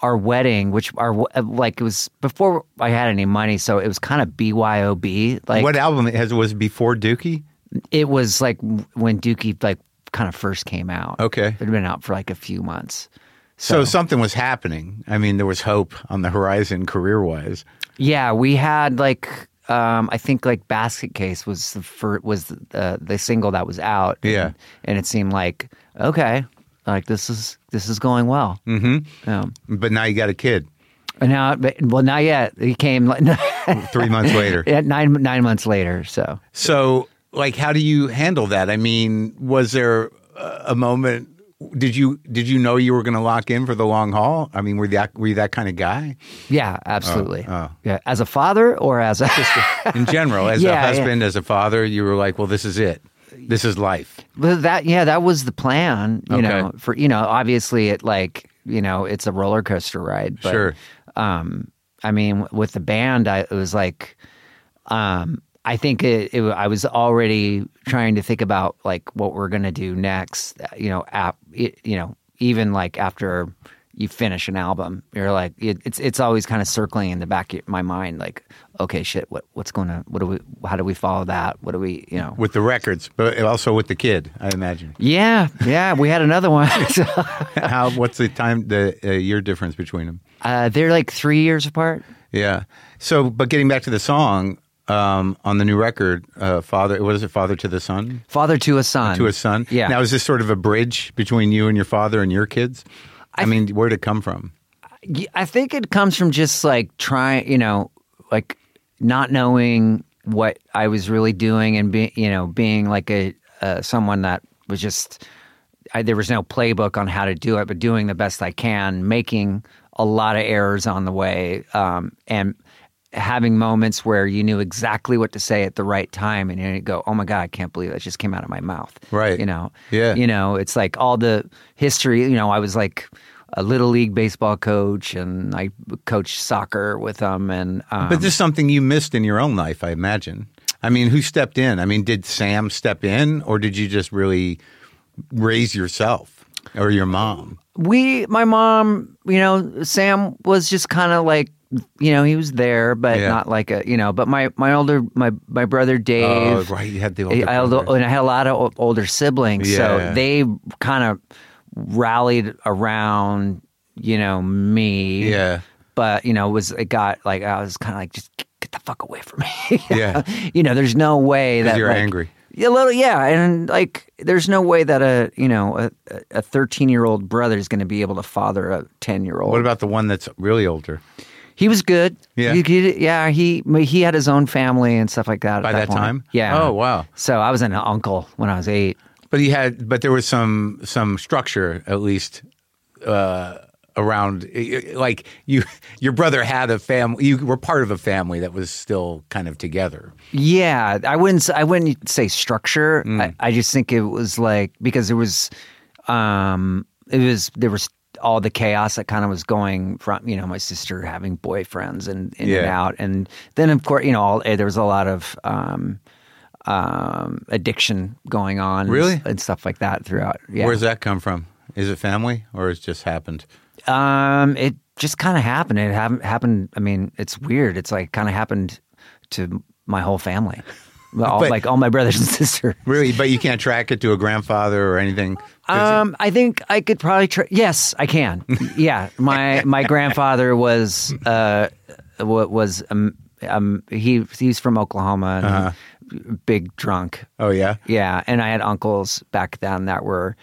S4: our wedding, which our uh, like it was before I had any money, so it was kind of BYOB. Like
S1: what album it has was it before Dookie?
S4: it was like when Dookie like kind of first came out.
S1: Okay.
S4: it had been out for like a few months.
S1: So, something was happening. I mean, there was hope on the horizon career wise.
S4: Yeah, we had like um, I think like Basket Case was the fir- was the, the the single that was out.
S1: Yeah.
S4: and it seemed like okay, like this is this is going well. Mm-hmm. Um,
S1: But now you got a kid
S4: and now, but, well, not yet. He came <laughs> like,
S1: three months later.
S4: yeah, nine nine months later. So
S1: So, like, how do you handle that? I mean, was there uh, a moment? Did you did you know you were going to lock in for the long haul? I mean, were that were you that kind of guy
S4: yeah,
S1: Oh,
S4: absolutely. Yeah, as a father or as a
S1: in general? As
S4: <laughs> Yeah,
S1: a
S4: yeah.
S1: husband, as a father, you were like, well, this is it. This is life.
S4: <laughs> Well, that yeah, that was the plan. You
S1: Okay.
S4: know, for you know, obviously it like you know it's a roller coaster ride. But,
S1: Sure.
S4: Um, I mean, with the band, I it was like, um, I think it, it. I was already trying to think about like what we're gonna do next. uh, You know, app. It, you know, even like after you finish an album, you're like it, it's it's always kind of circling in the back of my mind. Like, okay, shit, what what's going to what do we? How do we follow that? What do we? You know.
S1: With the records, but also with the kid, I
S4: <laughs>
S1: imagine.
S4: Yeah, yeah, we had another one. <laughs> So,
S1: How? What's the time? The uh, year difference between them?
S4: uh, they're like three years apart.
S1: Yeah. So, but getting back to the song um, on the new record, uh, father, what is it? Father to the son,
S4: Father to a son.
S1: to a son.
S4: Yeah.
S1: Now, is this sort of a bridge between you and your father and your kids? I, mean, where'd it come from?
S4: Y- I think it comes from just like trying, you know, like not knowing what I was really doing and being, you know, being like a uh, someone that was just I, there was no playbook on how to do it, but doing the best I can, making a lot of errors on the way, um, and having moments where you knew exactly what to say at the right time, and you go, "Oh my god, I can't believe that just came out of my mouth."
S1: Right.
S4: You know.
S1: Yeah.
S4: You know, it's like all the history. You know, I was like a little league baseball coach, and I coached soccer with them, and um,
S1: But this is something you missed in your own life, I imagine. I mean, who stepped in? I mean, did Sam step in, or did you just really raise yourself or your mom?
S4: we my mom you know sam was just kind of like you know he was there but
S1: Yeah.
S4: not like a you know but my my older my my brother
S1: Oh,
S4: dave
S1: right. You had the older
S4: I,
S1: brother.
S4: and I had a lot of o- older siblings
S1: Yeah.
S4: so they kind of rallied around you know me <laughs>
S1: Yeah.
S4: but you know it was it got like i was kind of like just get the fuck away from me <laughs>
S1: Yeah.
S4: you know there's no way that
S1: you're
S4: like-
S1: angry.
S4: a little, yeah, and like, there's no way that a you know a a 13 year old brother is going to be able to father a 10 year
S1: What
S4: old.
S1: about the one that's really older?
S4: He was good.
S1: Yeah.
S4: he, he- yeah, he he had his own family and stuff like that. at
S1: By that
S4: point.
S1: time?
S4: yeah.
S1: Oh, wow.
S4: So I was an uncle when I was eight.
S1: But he had, but there was some some structure at least uh, around. Like you, <laughs> your brother had a family. You were part of a family that was still kind of together.
S4: Yeah, I wouldn't. s- I wouldn't say structure.
S1: Mm.
S4: I, I just think it was like because there was, um, it was there was all the chaos that kind of was going from you know my sister having boyfriends and in and
S1: Yeah.
S4: out, and then of course you know all, eh, there was a lot of um, um, addiction going on,
S1: Really?
S4: and stuff like that throughout. Yeah,
S1: Where's that come from? Is it family or it's just happened?
S4: um, it just kind of happened. It happened. Happened. I mean, it's weird. It's like kind of happened to my whole family.
S1: <laughs>
S4: All,
S1: But-
S4: like all my brothers and <laughs> sisters.
S1: Really, but you can't track it to a grandfather or anything. 'Cause
S4: Um, I think I could probably. Tra- yes, I can.
S1: <laughs>
S4: Yeah, my my grandfather was uh, what was um, um he he's from Oklahoma, and
S1: Uh-huh.
S4: big drunk.
S1: it- oh yeah,
S4: Yeah, and I had uncles back then that were,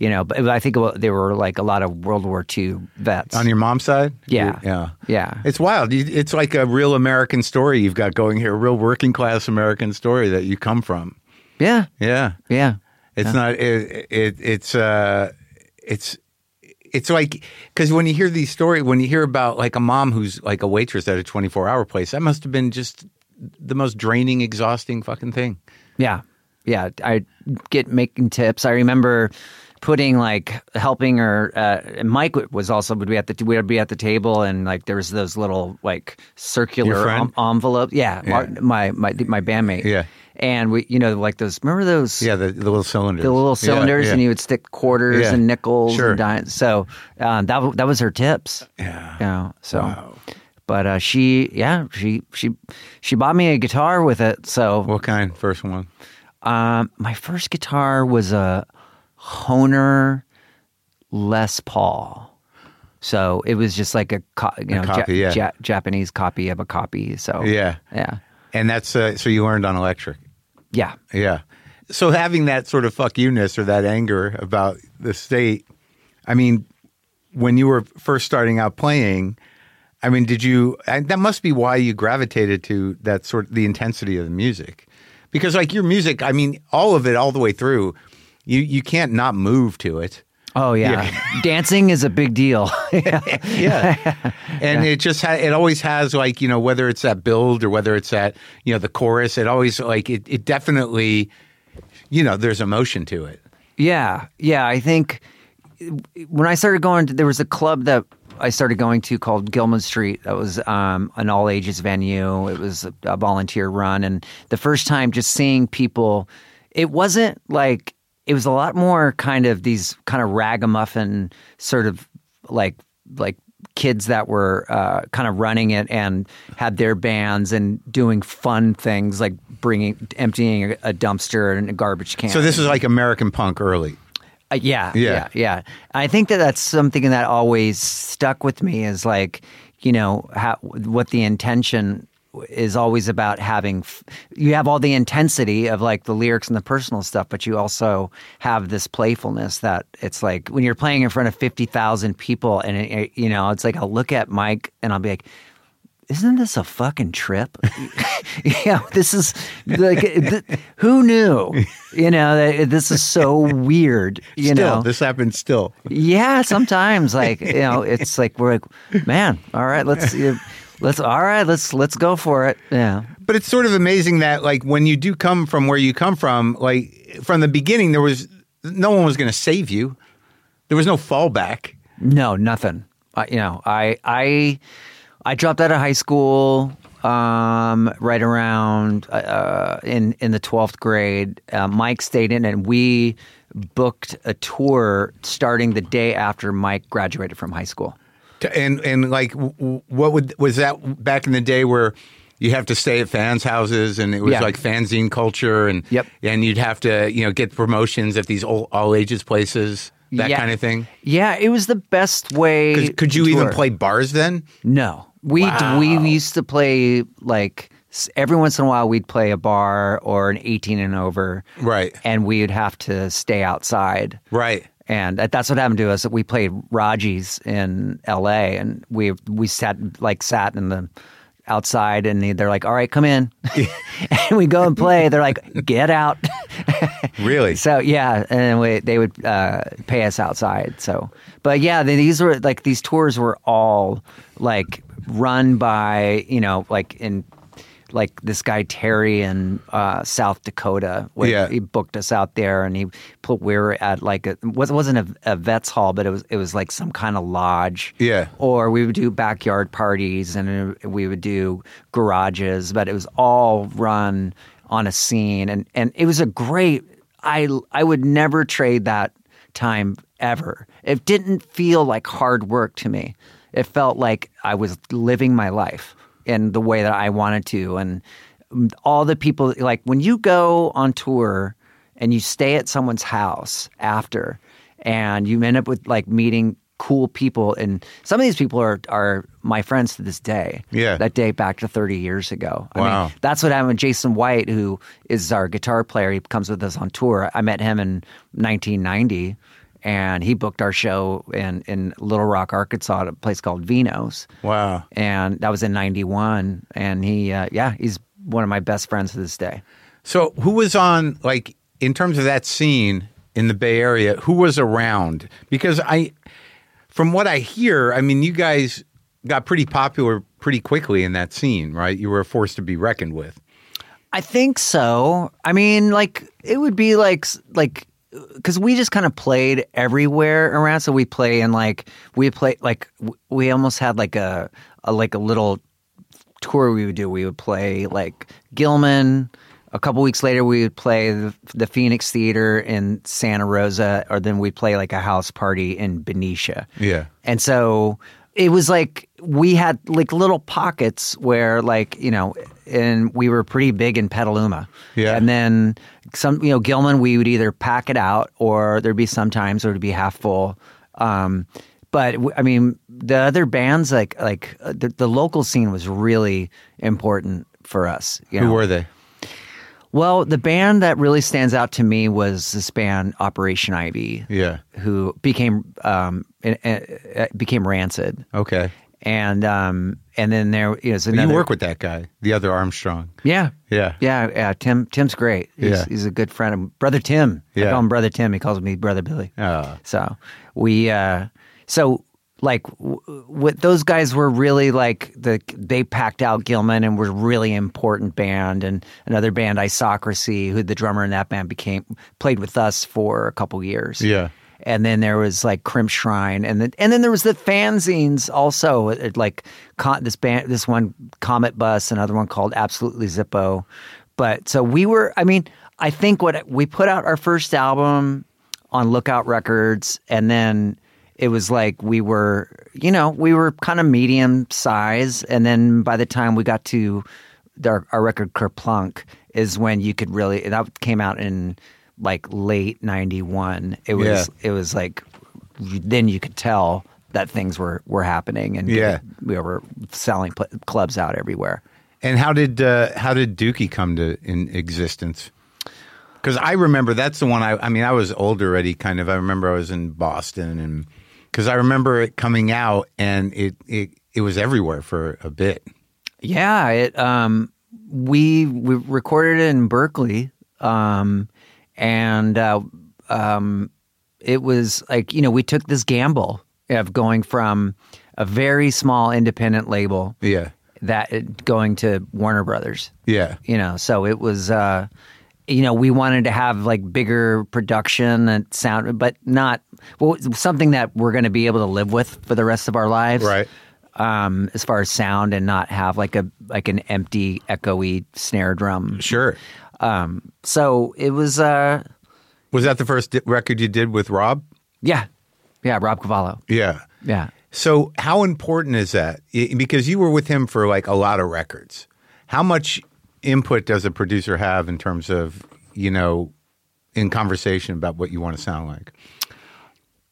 S4: you know, but I think they were like a lot of World War II vets.
S1: on your mom's side.
S4: yeah,
S1: yeah.
S4: yeah.
S1: It's wild. You- It's like a real American story you've got going here, a real working class American story that you come from.
S4: yeah,
S1: Yeah.
S4: yeah,
S1: It's not. It, it it's uh, it's it's like because when you hear these stories, when you hear about like a mom who's like a waitress at a twenty four hour place, that must have been just the most draining, exhausting fucking thing.
S4: Yeah. Yeah. I get making tips. I remember putting like helping her uh, and Mike was also would be at the we would be at the table and like there was those little like
S1: Your
S4: circular
S1: friend?
S4: en- envelope. Yeah.
S1: Yeah.
S4: My, my my bandmate.
S1: Yeah.
S4: And we you know like those remember those
S1: Yeah, the, the little cylinders.
S4: the little
S1: Yeah,
S4: cylinders
S1: yeah.
S4: and you would stick quarters
S1: Yeah.
S4: and nickels
S1: Sure.
S4: and dimes. So um, that w- that was her tips. Yeah. You know, so. But uh, she, yeah, she she she bought me a guitar with it. So
S1: What kind? First one.
S4: um, my first guitar was a Honer Les Paul. So it was just like a, co- you know,
S1: copy, yeah.
S4: ja- Japanese copy of a copy. So
S1: Yeah.
S4: yeah,
S1: And that's uh, so you learned on electric.
S4: yeah,
S1: Yeah. So having that sort of fuck you-ness or that anger about the state, I mean, when you were first starting out playing, I mean, did you? And that must be why you gravitated to that sort the intensity of the music, because like your music, I mean, all of it, all the way through, you you can't not move to it.
S4: Oh yeah, dancing is a big
S1: <laughs>
S4: deal.
S1: yeah <laughs> and it just ha- it always has like you know whether it's that build or whether it's that you know the chorus it always like it, it definitely you know there's emotion to it
S4: Yeah, yeah. I think when I started going, to, there was a club that I started going to called Gilman Street. That was um, an all ages venue. It was a, a volunteer run, and the first time just seeing people, it wasn't like it was a lot more kind of these kind of ragamuffin sort of like like kids that were uh, kind of running it and had their bands and doing fun things like bringing emptying a, a dumpster and a garbage can
S1: so this is like american punk early
S4: uh, yeah,
S1: Yeah.
S4: yeah, yeah, I think that that's something that always stuck with me is like, you know, how, what the intention is always about having. F- you have all the intensity of like the lyrics and the personal stuff, but you also have this playfulness that it's like when you're playing in front of fifty thousand people, and it, it- you know, it's like I'll look at Mike and I'll be like. Isn't this a fucking trip? <laughs> yeah, this is like, th- who knew? You know, that this is so weird. You
S1: still
S4: know,
S1: this happens still
S4: yeah, sometimes like you
S1: <laughs>
S4: know, it's like we're like, man, all right, let's you let's all right, let's let's go for it. Yeah,
S1: but it's sort of amazing that like when you do come from where you come from like from the beginning there was no one was going to save you there was no fallback
S4: no, nothing. I, you know, I I I dropped out of high school um right around uh in in the 12th grade uh, mike stayed in and we booked a tour starting the day after mike graduated from high school
S1: To- and and like w- w- what would was that back in the day where you have to stay at fans' houses and it was
S4: Yeah.
S1: like fanzine culture and
S4: Yep.
S1: and you'd have to you know get promotions at these all, all ages places that
S4: Yeah.
S1: kind of thing.
S4: yeah it was the best way
S1: 'Cause Could you
S4: to
S1: even
S4: tour.
S1: play bars then?
S4: No, we we used to play like s- every once in a while we'd play a bar or an eighteen and over,
S1: Right.
S4: And we would have to stay outside,
S1: Right.
S4: And that, that's what happened to us. We played Raji's in L.A. and we we sat like sat in the outside and they're like, "All right, come in," <laughs> and we go and play. They're like, "Get out."
S1: Really?
S4: <laughs> So yeah, and we, they would uh, pay us outside. So, but yeah, they, these were like these tours were all like run by you know like in like this guy Terry in uh, South Dakota. Where
S1: Yeah.
S4: he booked us out there, and he put we were at like a, it was- wasn't a, a vet's hall, but it was it was like some kind of lodge.
S1: Yeah.
S4: Or we would do backyard parties, and uh, we would do garages, but it was all run on a scene, and and it was a great. I I would never trade that time ever. It didn't feel like hard work to me. It felt like I was living my life in the way that I wanted to, and mm, all the people like when you go on tour and you stay at someone's house after and you end up with like meeting cool people and some of these people are are my friends to this day
S1: Yeah.
S4: that date back to 30 years ago i
S1: Wow.
S4: mean that's what happened with jason white who is our guitar player he comes with us on tour i met him in 1990 and he booked our show in in little rock arkansas at a place called vinos
S1: Wow.
S4: and that was in 91 and he uh, yeah he's one of my best friends to this day
S1: So who was on like in terms of that scene in the Bay Area? Who was around? Because I, from what I hear, I mean, you guys got pretty popular pretty quickly in that scene, right? You were a force to be reckoned with.
S4: I think so. I mean, like it would be like like because we just kind of played everywhere around. So we play in like we play like w- we almost had like a, a like a little tour we would do. We would play like Gilman. A couple weeks later, we would play the, the Phoenix Theater in Santa Rosa, or then we play like a house party in Benicia.
S1: Yeah.
S4: And so it was like we had like little pockets where like, you know, and we were pretty big in Petaluma.
S1: Yeah.
S4: And then some, you know, Gilman, we would either pack it out or there'd be sometimes where it'd be half full. Um, but w- I mean, the other bands, like, like uh, the, the local scene was really important for us. You
S1: Who
S4: know?
S1: were they?
S4: Well, the band that really stands out to me was this band Operation Ivy
S1: Yeah.
S4: who became um eh, eh, became rancid
S1: Okay.
S4: and um and then there is another
S1: you work with that guy, the other Armstrong.
S4: yeah
S1: Yeah.
S4: yeah yeah Tim Tim's great he's,
S1: Yeah.
S4: he's a good friend of brother Tim I
S1: Yeah.
S4: call him brother Tim he calls me brother Billy
S1: Ah.
S4: so we uh so like w- what those guys were really like the they packed out Gilman and were a really important band and another band Isocracy who the drummer in that band became played with us for a couple years
S1: Yeah.
S4: and then there was like Crimp Shrine, and then and then there was the fanzines also, it- it, like con- this band, this one Comet Bus, another one called Absolutely Zippo. But so we were, I mean, I think what we put out our first album on Lookout Records, and then it was like we were, you know, we were kind of medium size, and then by the time we got to our, our record Kerplunk is when you could really that came out in like late 91 it was it was like you- then you could tell that things were were happening and
S1: Yeah.
S4: we were selling pl- clubs out everywhere
S1: And how did uh, how did Dookie come to in existence? Because I remember that's the one. I I mean, I was older already. Kind of. I remember I was in Boston, and because I remember it coming out, and it it it was everywhere for a bit.
S4: Yeah, it um we we recorded it in Berkeley um and uh, um it was like you know we took this gamble of going from a very small independent label
S1: Yeah.
S4: that going to Warner Brothers
S1: Yeah.
S4: you know so it was uh you know we wanted to have like bigger production and sound but not well something that we're going to be able to live with for the rest of our lives
S1: Right.
S4: um as far as sound and not have like a like an empty echoey snare drum
S1: Sure.
S4: um so it was uh
S1: Was that the first di- record you did with Rob?
S4: yeah yeah rob cavallo
S1: Yeah.
S4: yeah
S1: So how important is that? I- Because you were with him for like a lot of records. How much input does a producer have in terms of, you know, in conversation about what you want to sound like?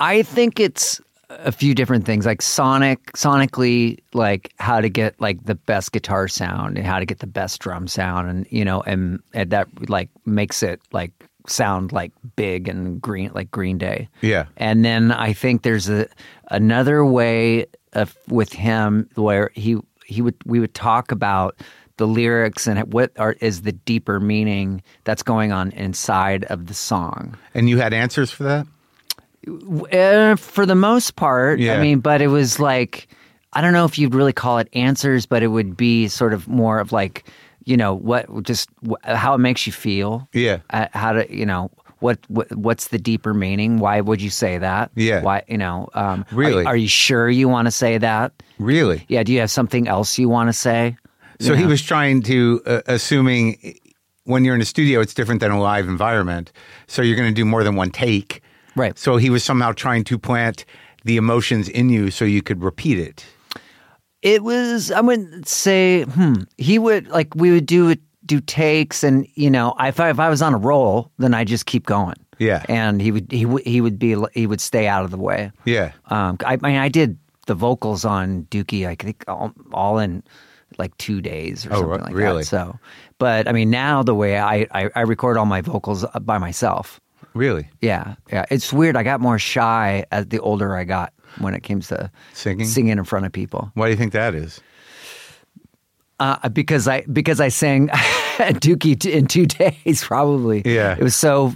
S4: I think it's a few different things, like sonic, sonically, like how to get like the best guitar sound and how to get the best drum sound, and you know, and, and that like makes it like sound like big and green, like Green Day.
S1: Yeah.
S4: And then I think there's a another way of with him where he he would we would talk about the lyrics and what are is the deeper meaning that's going on inside of the song.
S1: And you had answers for that?
S4: Uh, for the most part,
S1: Yeah.
S4: I mean, but it was like I don't know if you'd really call it answers, but it would be sort of more of like you know what just wh- how it makes you feel.
S1: Yeah.
S4: Uh, how to you know what, what what's the deeper meaning? Why would you say that?
S1: Yeah.
S4: Why you know um, are-
S1: Really?
S4: Are, you sure you want to say that?
S1: Really?
S4: Yeah. Do you have something else you want to say?
S1: So he was trying to, uh, assuming when you're in a studio, it's different than a live environment. So you're going to do more than one take.
S4: Right.
S1: So he was somehow trying to plant the emotions in you so you could repeat it.
S4: it was i wouldn't say hmm he would like we would do do takes and you know if I, if I was on a roll then i just keep going
S1: Yeah.
S4: and he would he would he would be he would stay out of the way
S1: Yeah.
S4: um i, I mean i did the vocals on dookie i think all, all in like two days or
S1: Oh,
S4: something
S1: right,
S4: like
S1: really?
S4: that so but i mean now the way I, I i record all my vocals uh, by myself
S1: Really?
S4: yeah yeah it's weird i got more shy as the older i got when it comes to
S1: Singing?
S4: singing in front of people
S1: Why do you think that is?
S4: uh, because I because I sang <laughs> Dookie t- in two <laughs> days probably.
S1: Yeah.
S4: it was so.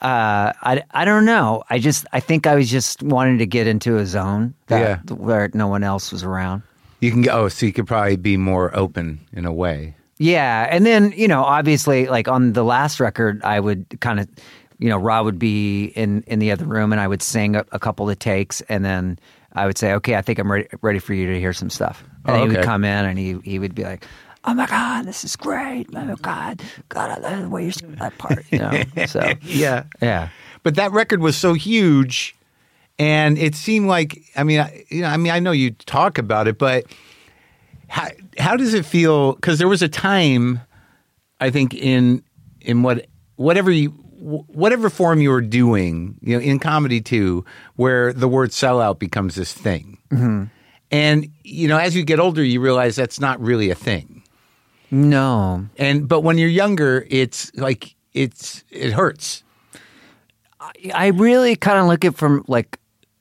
S4: Uh, I I don't know. I just I think I was just wanting to get into a zone that,
S1: Yeah.
S4: where no one else was around.
S1: You can go. Oh, so you could probably be more open in a way.
S4: Yeah, and then you know, obviously, like on the last record, I would kind of, you know, Rob would be in in the other room, and I would sing a, a couple of takes, and then I would say, "Okay, I think I'm ready ready for you to hear some stuff." And
S1: Oh,
S4: he would
S1: okay.
S4: come in, and he he would be like. Oh my God, this is great! Oh my God, God, I love the way you're singing that part. You know, so
S1: <laughs> Yeah.
S4: yeah,
S1: But that record was so huge, and it seemed like I mean, I, you know, I mean, I know you talk about it, but how how does it feel? Because there was a time, I think in in what whatever you wh- whatever form you were doing, you know, in comedy too, where the word sellout becomes this thing, and you know, as you get older, you realize that's not really a thing.
S4: no,
S1: And but when you're younger, it's like it's it hurts.
S4: I really kind of look at from like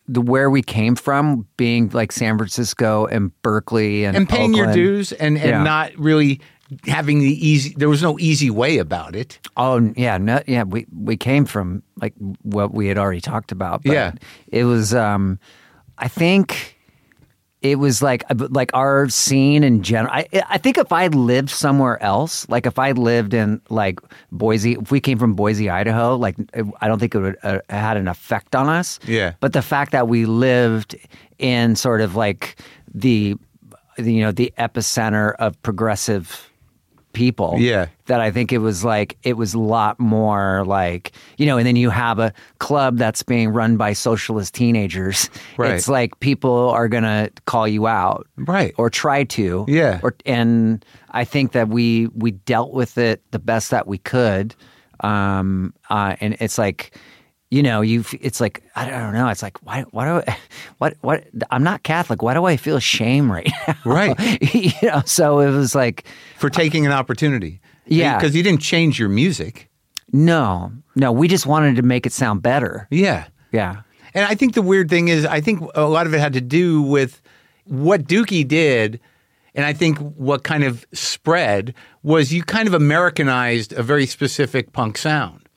S4: the where we came from, being like San Francisco and Berkeley and
S1: and paying your
S4: Oakland.
S1: dues and, and
S4: Yeah.
S1: not really having the easy there was no easy way about it
S4: Oh n- yeah, no, yeah. We we came from like what we had already talked about. But
S1: Yeah.
S4: it was. Um, I think it was like uh, like our scene in general. I I think if I lived somewhere else, like if I lived in like Boise, if we came from Boise, Idaho, like it- I don't think it would uh, had an effect on us.
S1: Yeah.
S4: But the fact that we lived in sort of like the the, you know the epicenter of progressive people
S1: Yeah.
S4: that I think it was like it was a lot more like you know, and then you have a club that's being run by socialist teenagers. <laughs>
S1: Right.
S4: It's like people are gonna call you out,
S1: Right.
S4: Or try to,
S1: Yeah.
S4: Or and I think that we we dealt with it the best that we could, um, uh, and it's like. You know, you. f- It's like I don't know. It's like why? Why do? I, <laughs> what? What? I'm not Catholic. Why do I feel shame right <laughs> now?
S1: Right.
S4: <laughs> you know. So it was like,
S1: for taking an opportunity
S4: Yeah.
S1: because you didn't change your music
S4: No, no, we just wanted to make it sound better.
S1: yeah
S4: Yeah.
S1: and i think the weird thing is i think a lot of it had to do with what dookie did and i think what kind of spread was you kind of americanized a very specific punk sound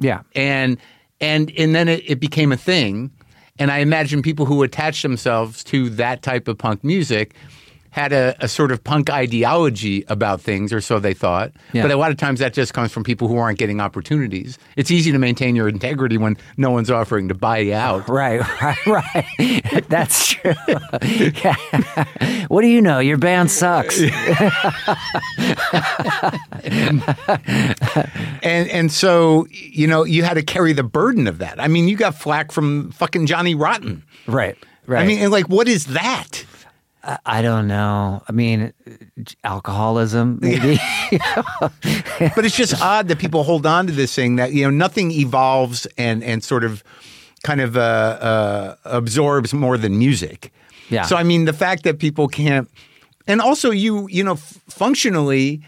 S4: Yeah.
S1: and and and then it, it became a thing and i imagine people who attached themselves to that type of punk music had a, a sort of punk ideology about things or so they thought
S4: Yeah.
S1: but a lot of times that just comes from people who aren't getting opportunities it's easy to maintain your integrity when no one's offering to buy you out
S4: Right, <laughs> right, right. <laughs> That's true. Yeah. What do you know? Your band sucks.
S1: and and so you know you had to carry the burden of that i mean you got flack from fucking johnny rotten
S4: Right, right.
S1: i mean and like what is that
S4: I don't know. I mean, alcoholism, maybe.
S1: but it's just odd that people hold on to this thing that you know nothing evolves and and sort of kind of uh, uh, absorbs more than music.
S4: Yeah.
S1: So I mean, the fact that people can't, and also you you know f- functionally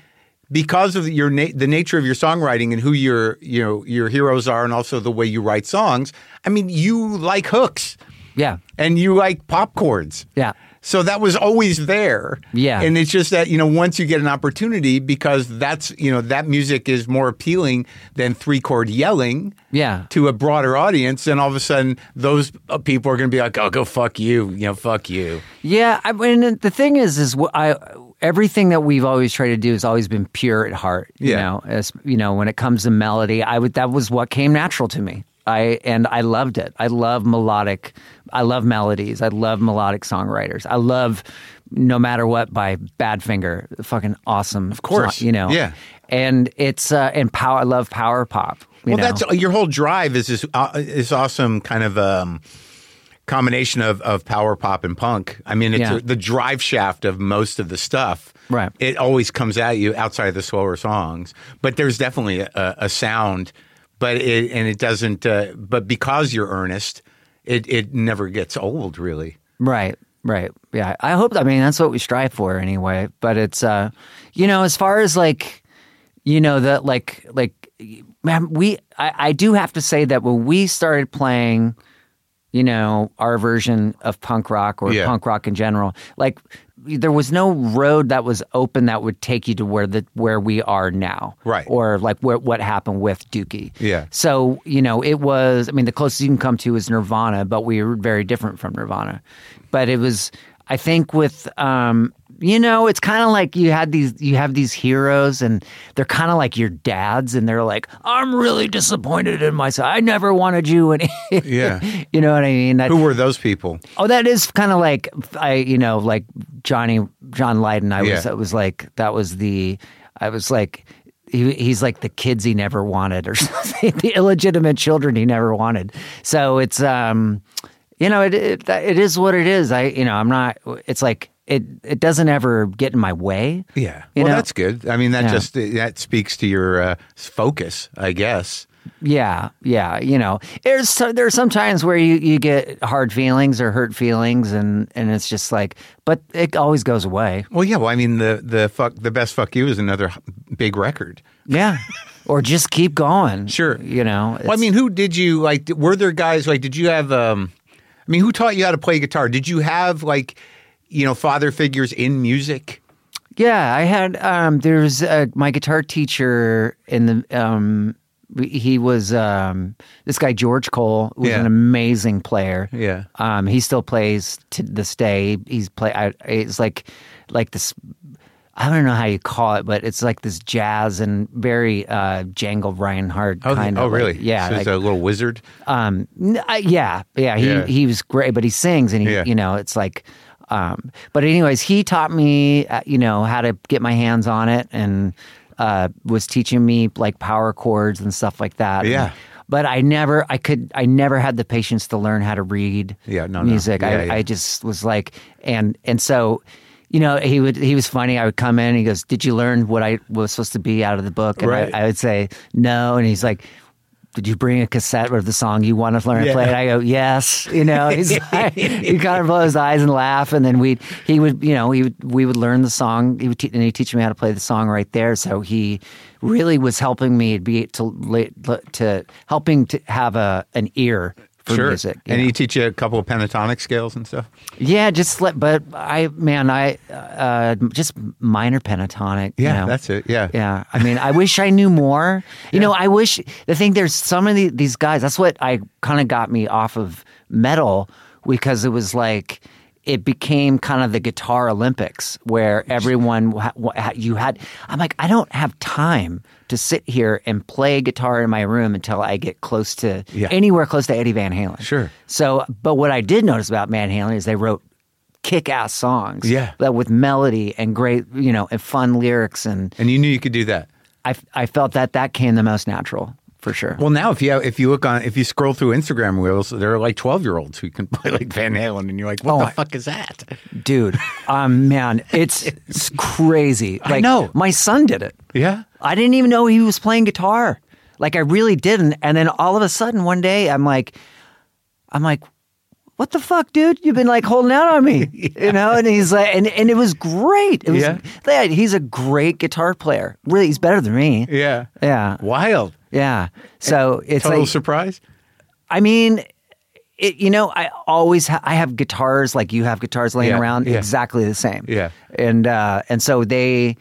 S1: because of your na- the nature of your songwriting and who your you know your heroes are, and also the way you write songs. I mean, you like hooks
S4: <laughs> yeah.
S1: and you like pop chords.
S4: Yeah.
S1: So that was always there.
S4: Yeah.
S1: And it's just that, you know, once you get an opportunity, because that's, you know, that music is more appealing than three chord yelling
S4: Yeah.
S1: to a broader audience, then all of a sudden those uh, people are going to be like, oh, go fuck you. You know, fuck you.
S4: Yeah, I mean the thing is, is wh- I everything that we've always tried to do has always been pure at heart. You
S1: Yeah.
S4: know, as, you know, when it comes to melody, I would that was what came natural to me. I and I loved it. I love melodic. I love melodies. I love melodic songwriters. I love no matter what by Badfinger, fucking awesome. Of
S1: course.
S4: you know.
S1: Yeah.
S4: and it's uh, and power. I love power pop. you
S1: Well,
S4: know?
S1: that's your whole drive is this uh, is awesome kind of um, combination of, of power pop and punk. I mean, it's
S4: Yeah.
S1: uh, the drive shaft of most of the stuff.
S4: Right.
S1: It always comes at you outside of the slower songs, but there's definitely a, a sound, but it and it doesn't. Uh, but because you're earnest, it it never gets old, really.
S4: Right, right. Yeah. I hope I mean that's what we strive for anyway, but it's uh you know, as far as like you know the like like man, we I, I do have to say that when we started playing you know, our version of punk rock or
S1: Yeah.
S4: punk rock in general. Like there was no road that was open that would take you to where the where we are now.
S1: Right.
S4: Or like where, what happened with Dookie.
S1: Yeah.
S4: So, you know, it was I mean the closest you can come to is Nirvana, but we were very different from Nirvana. But it was I think with um, you know, it's kind of like you had these you have these heroes and they're kind of like your dads and they're like, "I'm really disappointed in myself. I never wanted you." <laughs> And
S1: Yeah.
S4: you know what I mean? That,
S1: Who were those people?
S4: oh, that is kind of like I you know, like Johnny John Lydon. I was
S1: Yeah.
S4: that was like that was the I was like he, he's like the kids he never wanted or <laughs> something, the illegitimate children he never wanted. So it's um you know, it, it it is what it is. I you know, I'm not it's like it it doesn't ever get in my way.
S1: Yeah.
S4: You
S1: well,
S4: know?
S1: that's good. I mean, that
S4: Yeah.
S1: just that speaks to your uh, focus, I guess.
S4: Yeah, yeah, you know, there's so, there's some times where you, you get hard feelings or hurt feelings, and and it's just like, but it always goes away.
S1: Well, yeah. Well, I mean, the the fuck the best fuck you is another h- big record.
S4: Yeah. or just keep going.
S1: Sure.
S4: You know,
S1: Well, I
S4: it's-
S1: mean, who did you like? Were there guys like? Did you have? um I mean, who taught you how to play guitar? Did you have like, you know, father figures in music?
S4: yeah, I had, um, there was uh, my guitar teacher in the, um, he was um, this guy George Cole was
S1: Yeah.
S4: an amazing player.
S1: Yeah.
S4: um, he still plays to this day. He's play. I, it's like like this. I don't know how you call it, but it's like this jazz and very uh, jangle Reinhardt kind
S1: oh,
S4: of. like-
S1: really?
S4: yeah,
S1: So he's
S4: like-
S1: a little wizard.
S4: Um, n- I- yeah, yeah. He
S1: Yeah.
S4: he was great, but he sings, and he,
S1: Yeah.
S4: you know, it's like. Um, but anyways, he taught me, uh, you know, how to get my hands on it, and uh, was teaching me like power chords and stuff like that.
S1: Yeah.
S4: And- but I never, I could, I never had the patience to learn how to read
S1: Yeah, no, no.
S4: music. I,
S1: Yeah, yeah.
S4: I just was like, and and so. You know, he would. He was funny. I would come in. and He goes, "Did you learn what I was supposed to be out of the book?" And
S1: Right.
S4: I, I would say, "No." And he's like, did you bring a cassette of the song you want to learn to
S1: Yeah.
S4: play? And I go, yes. You
S1: <laughs>
S4: know, he's like, he kind of blow his eyes and laugh, and then we he would you know he would we would learn the song. He would te- and he would teach me how to play the song right there. So he really was helping me be to la- to helping to have a an ear for music. you
S1: And
S4: know?
S1: he teach you a couple of pentatonic scales and stuff.
S4: yeah, just let. But I man, I uh, just minor pentatonic. you
S1: Yeah,
S4: know.
S1: that's it. Yeah.
S4: Yeah, I mean, I wish I knew
S1: <laughs>
S4: more. You know, I wish the thing there's some of the, these guys. That's what I kind of got me off of metal because it was like it became kind of the guitar Olympics where everyone wa- wa- you had. I'm like, I don't have time to sit here and play guitar in my room until I get close to
S1: Yeah.
S4: anywhere close to Eddie Van Halen.
S1: Sure.
S4: So, but what I did notice about Van Halen is they wrote kick-ass songs
S1: Yeah.
S4: that with melody and great you know and fun lyrics and
S1: And you knew you could do that.
S4: I, I felt that that came the most natural for sure.
S1: Well, now if you if you look on if you scroll through Instagram reels, there are like twelve year olds who can <laughs> play like Van Halen, and you're like, what
S4: Oh,
S1: the
S4: I-
S1: fuck is that?
S4: Dude, um, man, it's, it's crazy. Like,
S1: know.
S4: My son did it.
S1: Yeah.
S4: I didn't even know he was playing guitar. Like, I really didn't. And then all of a sudden, one day, I'm like, I'm like, what the fuck, dude? You've been like holding out
S1: <laughs>
S4: on me, you know? And he's like, and, and it was great. It was,
S1: Yeah.
S4: yeah, he's a great guitar player. Really, he's better than me.
S1: Yeah.
S4: Yeah.
S1: Wild.
S4: Yeah. So it's
S1: Total
S4: like,
S1: surprise.
S4: I mean, it, you know, I always ha- I have guitars like you have guitars laying
S1: Yeah,
S4: around
S1: yeah.
S4: exactly the same.
S1: Yeah.
S4: and uh, and so they.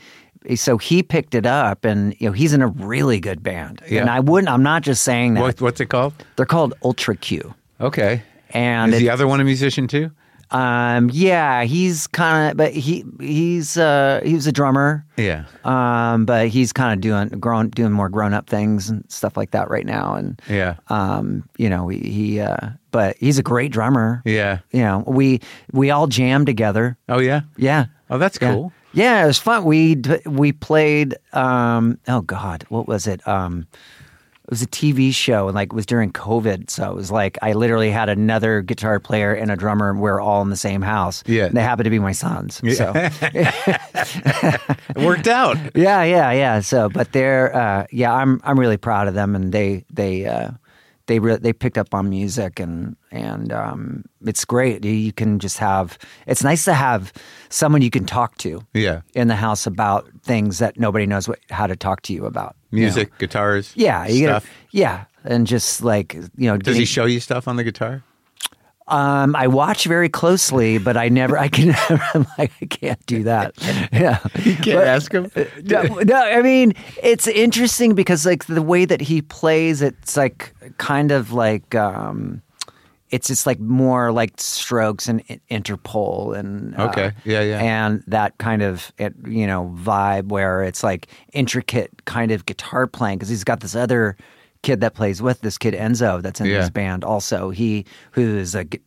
S4: So he picked it up, and you know he's in a really good band.
S1: Yeah.
S4: And I wouldn't. I'm not just saying that.
S1: What, what's it called?
S4: They're called Ultra Q,
S1: Okay.
S4: and
S1: Is
S4: it-
S1: the other one a musician too?
S4: um, yeah, he's kind of, but he he's uh, he was a drummer.
S1: Yeah.
S4: Um, but he's kind of doing grown doing more grown up things and stuff like that right now. And
S1: Yeah.
S4: um, you know, he, he uh, but he's a great drummer.
S1: Yeah.
S4: you know, we we all jammed together.
S1: Oh yeah.
S4: Yeah.
S1: Oh, that's
S4: Yeah.
S1: cool.
S4: Yeah, it was fun. We d- we played. Um, oh God, what was it? Um, it was a TV show, and like it was during COVID, so it was like I literally had another guitar player and a drummer, and we were all in the same house.
S1: Yeah.
S4: and they happened to be my sons. So
S1: It <laughs> worked out.
S4: yeah, yeah, yeah. So, but they're uh, yeah, I'm I'm really proud of them, and they they uh, they re- they picked up on music, and and um, it's great. You- You can just have it's nice to have someone you can talk to
S1: Yeah.
S4: in the house about things that nobody knows what, how to talk to you about. you know?
S1: Music, guitars.
S4: yeah, you gotta-
S1: stuff.
S4: yeah, and just like you know,
S1: Does he
S4: getting-
S1: show you stuff on the guitar?
S4: um, I watch very closely, but I never, I can <laughs> never, I'm like, I can't
S1: <laughs>
S4: do that. Yeah. You
S1: can't ask him?
S4: <laughs> No, no, I mean, it's interesting because like the way that he plays, it's like kind of like, um, it's just like more like Strokes and I- Interpol and uh,
S1: Okay. Yeah, yeah.
S4: and that kind of it, you know vibe where it's like intricate kind of guitar playing because he's got this other kid that plays with this kid Enzo that's in
S1: Yeah.
S4: his band also he who is a g-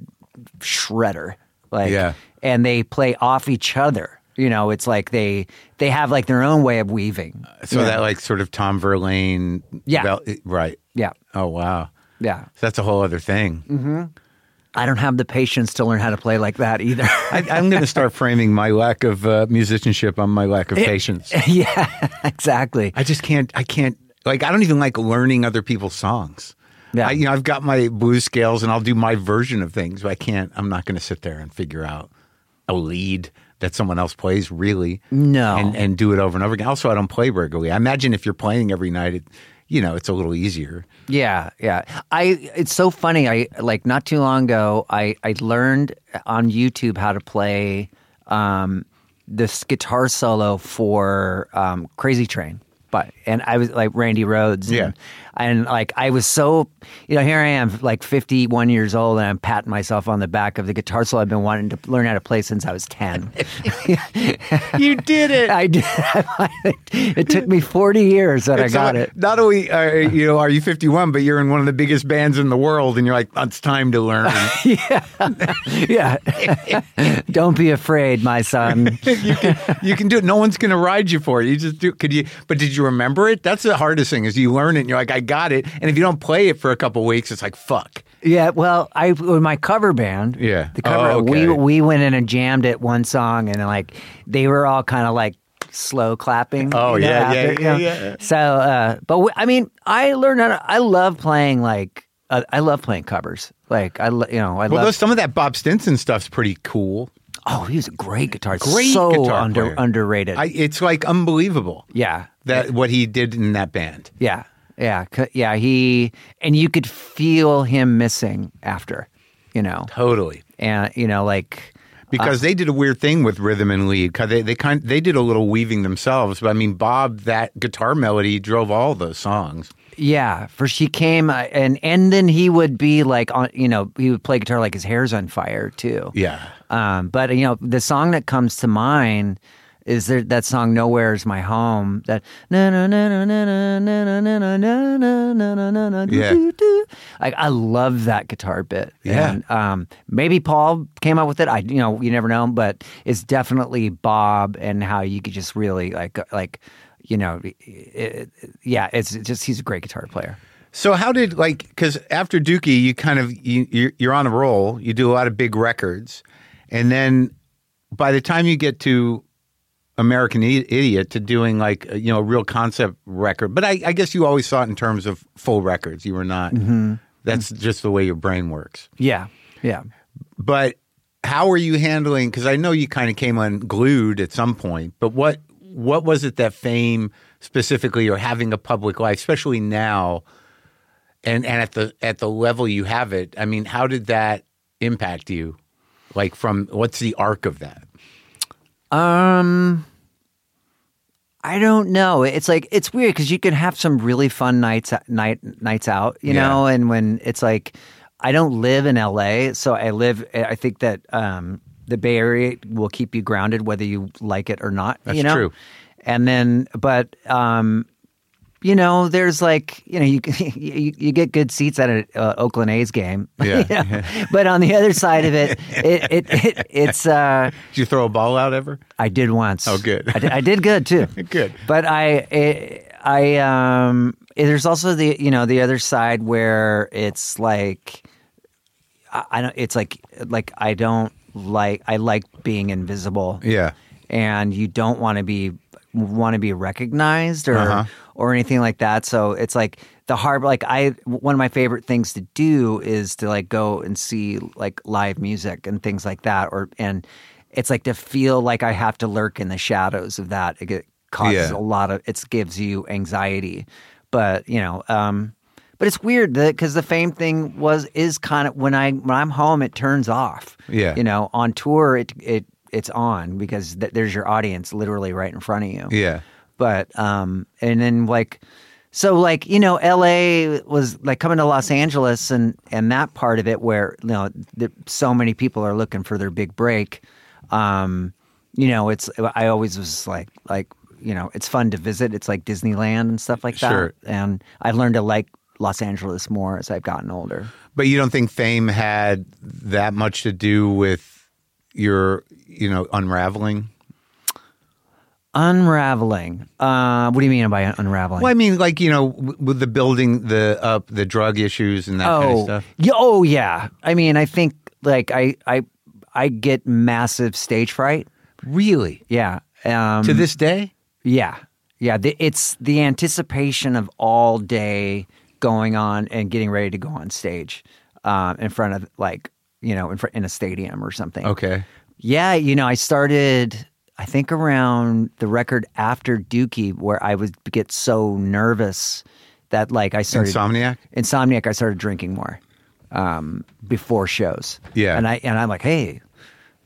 S4: shredder like
S1: Yeah.
S4: and they play off each other you know it's like they they have like their own way of weaving
S1: So that like sort of Tom Verlaine.
S4: Yeah.
S1: vel- right.
S4: yeah
S1: Oh wow.
S4: yeah
S1: So that's a whole other thing.
S4: I don't have the patience to learn how to play like that either <laughs>
S1: I, I'm going to start framing my lack of uh, musicianship on my lack <laughs> of patience.
S4: yeah <laughs> exactly
S1: I just can't. I can't. Like I don't even like learning other people's songs.
S4: Yeah.
S1: I, you know, I've got my blues scales and I'll do my version of things, but I can't. I'm not going to sit there and figure out a lead that someone else plays really.
S4: No.
S1: and and do it over and over again. Also, I don't play regularly. I imagine if you're playing every night, it, you know, it's a little easier.
S4: Yeah, yeah. I it's so funny. I like not too long ago I I learned on YouTube how to play um this guitar solo for um Crazy Train. But and I was like Randy Rhodes.
S1: Yeah.
S4: And, and like I was so you know, here I am, like fifty one years old and I'm patting myself on the back of the guitar solo I've been wanting to learn how to play since I was ten.
S1: You did it.
S4: <laughs> I did it took me forty years that I got it.
S1: Not only uh, you know are you 51, but you're in one of the biggest bands in the world, and you're like, it's time to
S4: <laughs>
S1: learn. <laughs>
S4: Yeah. Don't be afraid, my son.
S1: you can you can do it. No one's going to ride you for it. You just do. Could you? But did you remember it? That's the hardest thing is you learn it. and You're like, I got it. And if you don't play it for a couple weeks, it's like fuck.
S4: Yeah, well, I with my cover band.
S1: Yeah.
S4: the cover.
S1: Oh, okay.
S4: We we went in and jammed at one song, and like they were all kind of like slow clapping.
S1: Oh,
S4: you know,
S1: yeah, yeah,
S4: after, you know.
S1: yeah, yeah.
S4: So, uh, but we, I mean, I learned how to, I love playing like uh, I love playing covers. Like I, lo- you know, I
S1: Well,
S4: love.
S1: those, some of that Bob Stinson stuff's pretty cool.
S4: oh, he was a great guitarist.
S1: Great
S4: so
S1: guitar
S4: under
S1: player.
S4: underrated.
S1: I, it's like unbelievable
S4: yeah,
S1: that what he did in that band.
S4: yeah, yeah, c- yeah. He and you could feel him missing after, you know,
S1: Totally.
S4: and you know, like.
S1: because they did a weird thing with rhythm and lead. 'Cause they they kind they did a little weaving themselves. But I mean, Bob, that guitar melody drove all those songs.
S4: Yeah, for she came uh, and and then he would be like on you know he would play guitar like his hair's on fire too.
S1: Yeah,
S4: Um, but you know the song that comes to mind is there that song "Nowhere Is My Home" that na na na na na na na na na na na na na na na
S1: Yeah.
S4: do, do, do. Like I love that guitar bit.
S1: Yeah.
S4: And, um, maybe Paul came up with it. I you know you never know, but it's definitely Bob and how you could just really like like you know it, it, yeah it's just he's a great guitar player.
S1: So how did like because after Dookie, you kind of you you're, you're on a roll. You do a lot of big records, and then by the time you get to American I- Idiot to doing like a, you know a real concept record, but I, I guess you always saw it in terms of full records. You were not.
S4: Mm-hmm.
S1: That's just the way your brain works.
S4: Yeah. Yeah.
S1: But how are you handling? Because I know you kind of came unglued at some point. But what what was it that fame specifically, or having a public life, especially now, and and at the at the level you have it? I mean, how did that impact you? Like from what's the arc of that?
S4: Um, I don't know. It's like it's weird because you can have some really fun nights night nights out, you
S1: Yeah.
S4: know, and when it's like I don't live in L.A., so I live. eh, I think that um, the Bay Area will keep you grounded whether you like it or not.
S1: That's
S4: you know?
S1: true.
S4: And then, but um, you know, there's like you know you <laughs> you, you get good seats at an uh, Oakland A's game, <laughs>
S1: Yeah.
S4: You know? but on the other side
S1: <laughs>
S4: of it, it, it, it it's uh,
S1: Did you throw a ball out ever?
S4: I did once.
S1: Oh, good.
S4: I did, I did good too.
S1: <laughs> Good.
S4: But I, I, I, um, there's also the you know the other side where it's like, I, I don't. It's like like I don't like I like being invisible.
S1: Yeah.
S4: And you don't want to be want to be recognized or
S1: Uh-huh.
S4: or anything like that. So it's like the hard like I one of my favorite things to do is to like go and see like live music and things like that or and it's like to feel like I have to lurk in the shadows of that. It get- causes
S1: Yeah.
S4: a lot of it gives you anxiety. But, you know, um but it's weird that cuz the fame thing was is kind of when I when I'm home it turns off.
S1: Yeah.
S4: You know, on tour it it it's on because th- there's your audience literally right in front of you
S1: Yeah.
S4: but um and then like So like you know, L.A. was like coming to Los Angeles and and that part of it where you know the, so many people are looking for their big break. Um, you know, it's I always was like like you know it's fun to visit. It's like Disneyland and stuff like that.
S1: Sure.
S4: And I've learned to like Los Angeles more as I've gotten older.
S1: But you don't think fame had that much to do with your, you know, unraveling?
S4: Unraveling. Uh, what do you mean by unraveling?
S1: Well, I mean, like you know, w- with the building, the up, the drug issues, and that kind of stuff.
S4: Yeah, oh yeah. I mean, I think like I I I get massive stage fright.
S1: Really,
S4: Yeah. Um,
S1: to this day,
S4: yeah. Yeah. The, it's the anticipation of all day going on and getting ready to go on stage um, in front of like you know in front in a stadium or something.
S1: okay.
S4: Yeah, you know, I started I think around the record after Dookie where I would get so nervous that like I started
S1: Insomniac.
S4: Insomniac, I started drinking more um, before shows.
S1: Yeah.
S4: and I and I'm like, hey,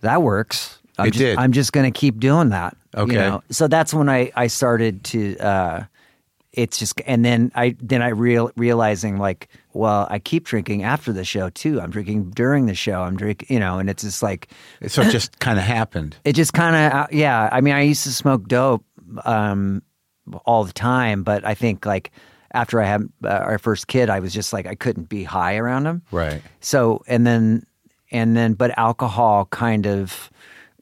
S4: that works. I'm
S1: It
S4: just,
S1: did.
S4: I'm just gonna keep doing that. you
S1: Okay.
S4: know? So that's when I I started to. Uh, it's just and then I then I real realizing like well I keep drinking after the show too I'm drinking during the show I'm drinking you know and it's just like
S1: So it
S4: <coughs>
S1: just kind of happened.
S4: it just kind of uh, yeah i mean i used to smoke dope um all the time but i think like after i had uh, our first kid i was just like i couldn't be high around him
S1: Right.
S4: so and then and then but alcohol kind of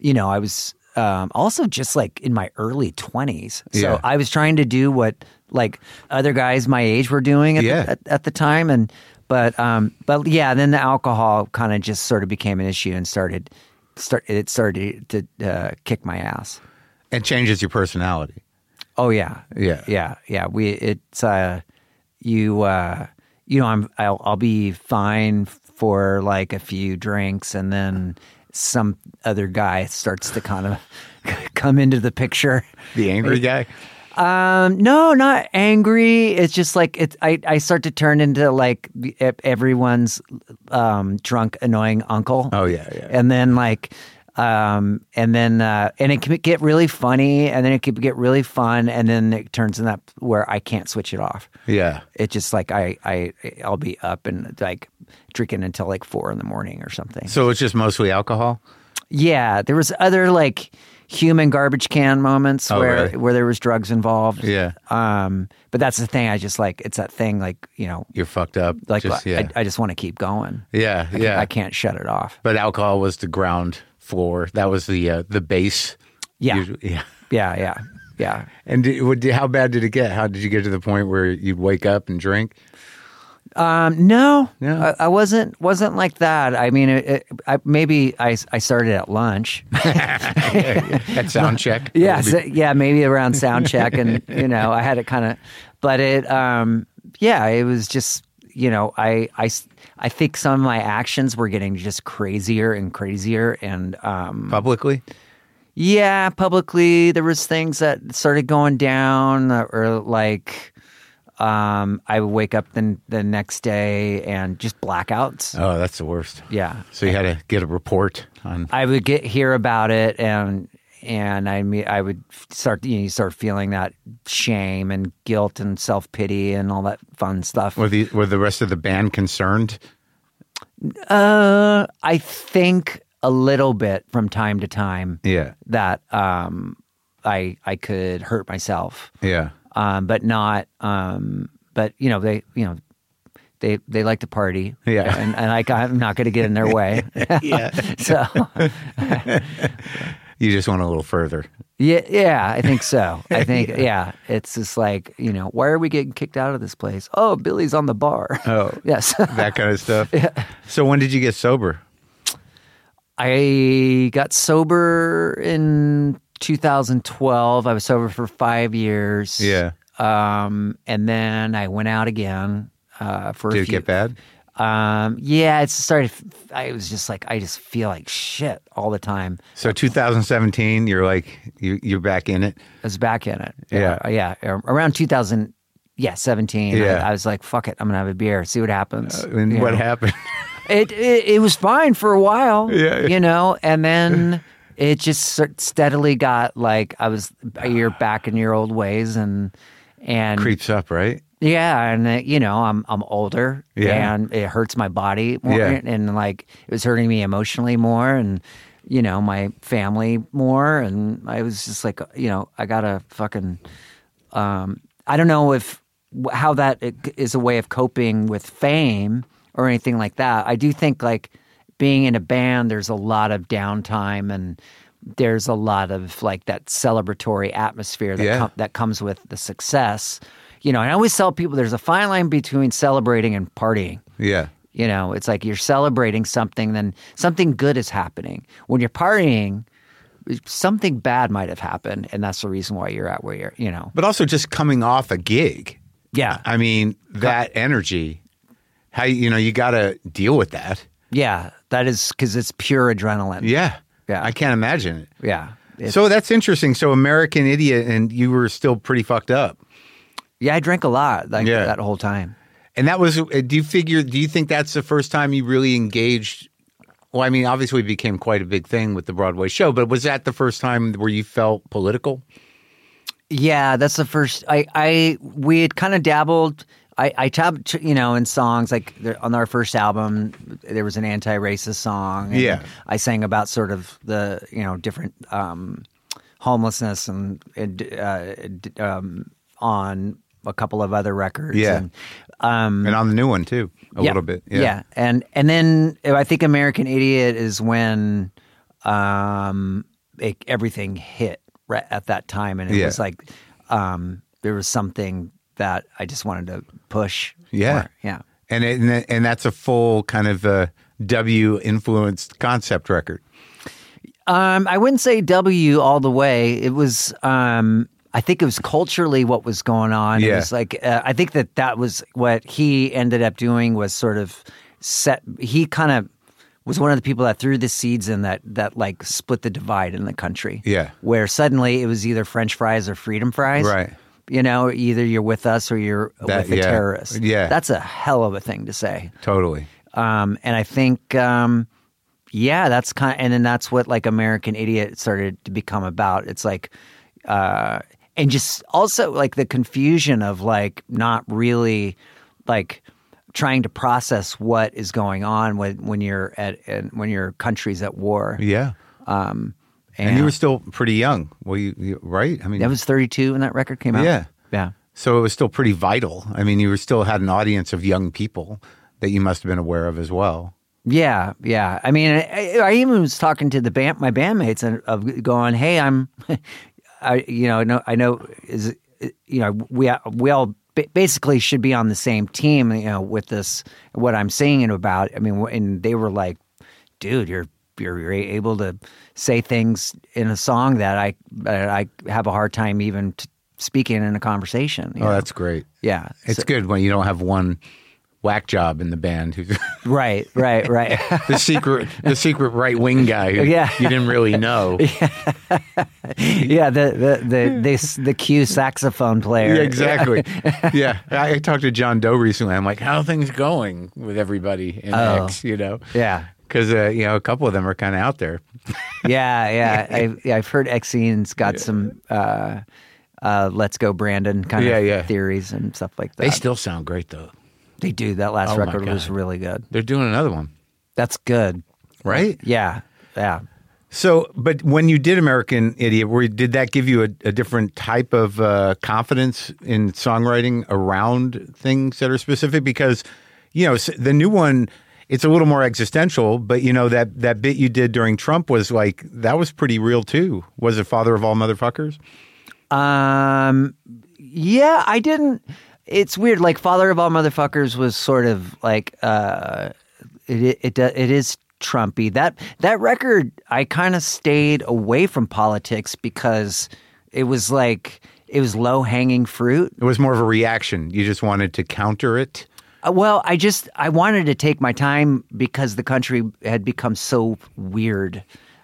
S4: you know i was um, also just like in my early 20s so
S1: Yeah.
S4: i was trying to do what like other guys my age were doing at,
S1: Yeah.
S4: the, at, at the time and but um but yeah then the alcohol kind of just sort of became an issue and started start it started to uh, kick my ass
S1: It changes your personality.
S4: Oh yeah,
S1: Yeah.
S4: yeah, yeah. We it's uh, you uh, you know I'm I'll, I'll be fine for like a few drinks and then some other guy starts to kind of <laughs> come into the picture.
S1: The angry guy.
S4: Um, no, not angry. It's just like it's I I start to turn into like the- e- everyone's um drunk annoying uncle.
S1: Oh, yeah, yeah.
S4: And then like um and then uh and it can get really funny and then it can get really fun and then it turns in that where I can't switch it off.
S1: Yeah.
S4: It's just like I I I'll be up and like drinking until like four in the morning or something.
S1: So it's just mostly alcohol.
S4: Yeah, there was other like human garbage can moments
S1: Oh,
S4: where
S1: really?
S4: where there was drugs involved.
S1: Yeah.
S4: Um, but that's the thing. I just like it's that thing. Like you know,
S1: You're fucked up.
S4: like
S1: Just-
S4: I,
S1: yeah.
S4: I just want to keep going.
S1: yeah. Yeah.
S4: I can't shut it off.
S1: But alcohol was the ground floor. That was the uh, the base.
S4: Yeah.
S1: Usually- yeah.
S4: Yeah, yeah, yeah.
S1: And did, would, how bad did it get? How did you get to the point where you'd wake up and drink?
S4: Um, no,
S1: No.
S4: I, I wasn't wasn't like that. I mean, it, it, I, maybe I I started at lunch.
S1: At
S4: <laughs>
S1: sound check.
S4: yeah, so- uh, yeah, maybe around sound check, and <laughs> you know, I had it kind of, but it, um, yeah, it was just, you know, I, I, s- I think some of my actions were getting just crazier and crazier, and um,
S1: publicly.
S4: yeah, publicly there was things that started going down, uh, or like, um, I would wake up the the next day and just blackouts.
S1: Oh, that's the worst.
S4: Yeah,
S1: So you had to get a report on.
S4: I would get hear about it and and I mean I would start you know you start feeling that shame and guilt and self pity and all that fun stuff.
S1: Were the were the rest of the band concerned?
S4: Uh, I think a little bit from time to time
S1: Yeah.
S4: that um I I could hurt myself,
S1: Yeah.
S4: um, but not um but you know they you know. They, they like to party,
S1: Yeah.
S4: and, and like I'm not going to get in their way. yeah, <laughs> so
S1: You just went a little further.
S4: Yeah, yeah, I
S1: <laughs>
S4: think so. I think yeah. it's just like you know, why are we getting kicked out of this place? Oh, Billy's on the bar.
S1: Oh.
S4: <laughs> yes,
S1: That kind of <laughs> stuff. So when did you get sober?
S4: I got sober in 2012. I was sober for five years.
S1: Yeah.
S4: um, and then I went out again uh, for a
S1: Did it
S4: few.
S1: get bad?
S4: Um, yeah, it started. I was just like, I just feel like shit all the time.
S1: So 2017, you're like you you're back in it.
S4: I was back in it.
S1: Yeah.
S4: Uh, yeah. ar- Around 2000, yeah, 17. I-
S1: Yeah. Uh,
S4: I, was like, fuck it. I'm going to have a beer, see what happens.
S1: And
S4: You
S1: what <laughs>
S4: know?
S1: happened?
S4: It, it, it was fine for a while,
S1: Yeah.
S4: you know, and then it just sort- steadily
S1: Ah.
S4: got like, I was, you're back in your old ways and, and
S1: Creeps up, right?
S4: Yeah, and uh, you know, I'm I'm older,
S1: Yeah.
S4: and it hurts my body more,
S1: Yeah.
S4: and like it was hurting me emotionally more, and you know, my family more, and I was just like, you know, I gotta fucking, um, I don't know if how that is a way of coping with fame or anything like that. I do think like being in a band, there's a lot of downtime and. There's a lot of like that celebratory atmosphere that
S1: Yeah.
S4: com- that comes with the success. You know, and I always tell people there's a fine line between celebrating and partying.
S1: Yeah.
S4: You know, it's like you're celebrating something, then something good is happening. When you're partying, something bad might have happened, and that's the reason why you're at where you're. You know,
S1: But also just coming off a gig.
S4: yeah,
S1: I mean, that energy, how you know, you got to deal with that.
S4: yeah, that is because it's pure adrenaline.
S1: Yeah.
S4: Yeah.
S1: I can't imagine it.
S4: yeah, It's-
S1: so that's interesting. So American Idiot and you were still pretty fucked up.
S4: yeah. I drank a lot like
S1: Yeah.
S4: that whole time.
S1: And that was uh, do you figure do you think that's the first time you really engaged well, I mean, obviously it became quite a big thing with the Broadway show, but was that the first time where you felt political?
S4: Yeah, that's the first. I, I, we had kind of dabbled. I, I tapped, you know, in songs like there, on our first album, there was an anti-racist song. and
S1: Yeah.
S4: I sang about sort of the, you know, different um, homelessness and, and uh, d- um, on a couple of other records.
S1: Yeah.
S4: and, um,
S1: And on the new one too, a
S4: yeah.
S1: little bit.
S4: Yeah. and and then I think American Idiot is when um it, everything hit right at that time, and it
S1: Yeah.
S4: was like um there was something that I just wanted to push.
S1: Yeah.
S4: more. yeah,
S1: And it, and that- and that's a full kind of uh, W influenced concept record.
S4: Um, I wouldn't say W all the way. It was, um, I think it was culturally what was going on. It
S1: Yeah.
S4: was like, uh, I think that that was what he ended up doing was sort of set. He kind of was one of the people that threw the seeds in that, that like split the divide in the country.
S1: Yeah.
S4: Where suddenly it was either French fries or freedom fries.
S1: Right.
S4: You know, either you're with us or you're
S1: That-
S4: with a
S1: yeah.
S4: terrorist.
S1: Yeah.
S4: That's a hell of a thing to say.
S1: Totally.
S4: Um, and I think, um, yeah, that's kind and then that's what like American Idiot started to become about. It's like, uh, and just also like the confusion of like not really like trying to process what is going on when, when you're at, and when your country's at war.
S1: Yeah. And you were still pretty young. Well, you, you right? I mean,
S4: that was 32 when that record came out.
S1: Yeah.
S4: Yeah.
S1: so it was still pretty vital. I mean, you were still had an audience of young people that you must have been aware of as well.
S4: Yeah, yeah. I mean, I, I even was talking to the band, my bandmates, and of going, "Hey, I'm, <laughs> I, you know, I know, I know, is, you know, we we all ba- basically should be on the same team, you know, with this what I'm singing about." I mean, and they were like, "Dude, you're." You're, you're able to say things in a song that I that I have a hard time even t- speaking in a conversation. you
S1: Oh,
S4: know?
S1: that's great.
S4: yeah,
S1: It's good when you don't have one whack job in the band who's <laughs>
S4: right, right, right. <laughs>
S1: the <laughs> secret the secret right wing guy who
S4: Yeah.
S1: you didn't really <laughs> know.
S4: <coughs> yeah, the the the this the Q saxophone player.
S1: Yeah, exactly. <laughs> yeah, I, I talked to John Doe recently. I'm like, how are things going with everybody in
S4: Oh.
S1: X? You know,
S4: Yeah,
S1: because uh, you know a couple of them are kind of out there.
S4: yeah, <laughs> yeah. I've, yeah, I've heard Exine's got some uh, uh, "Let's Go Brandon" kind
S1: Yeah,
S4: of
S1: yeah.
S4: theories and stuff like that.
S1: They still sound great though.
S4: They do. That last
S1: Oh my
S4: record was
S1: God.
S4: really good.
S1: They're doing another one,
S4: That's good.
S1: right?
S4: Yeah, yeah.
S1: So, but when you did American Idiot, were, did that give you a, a different type of uh, confidence in songwriting around things that are specific? Because, you know, s- the new one, it's a little more existential, but you know that that bit you did during Trump was like that was pretty real too. Was it "Father of All Motherfuckers"?
S4: Um, yeah, I didn't. It's weird. Like "Father of All Motherfuckers" was sort of like uh, it it it is Trumpy. That that record, I kind of stayed away from politics because it was like it was low hanging fruit.
S1: It was more of a reaction. You just wanted to counter it.
S4: Uh, Well, I just I wanted to take my time because the country had become so weird,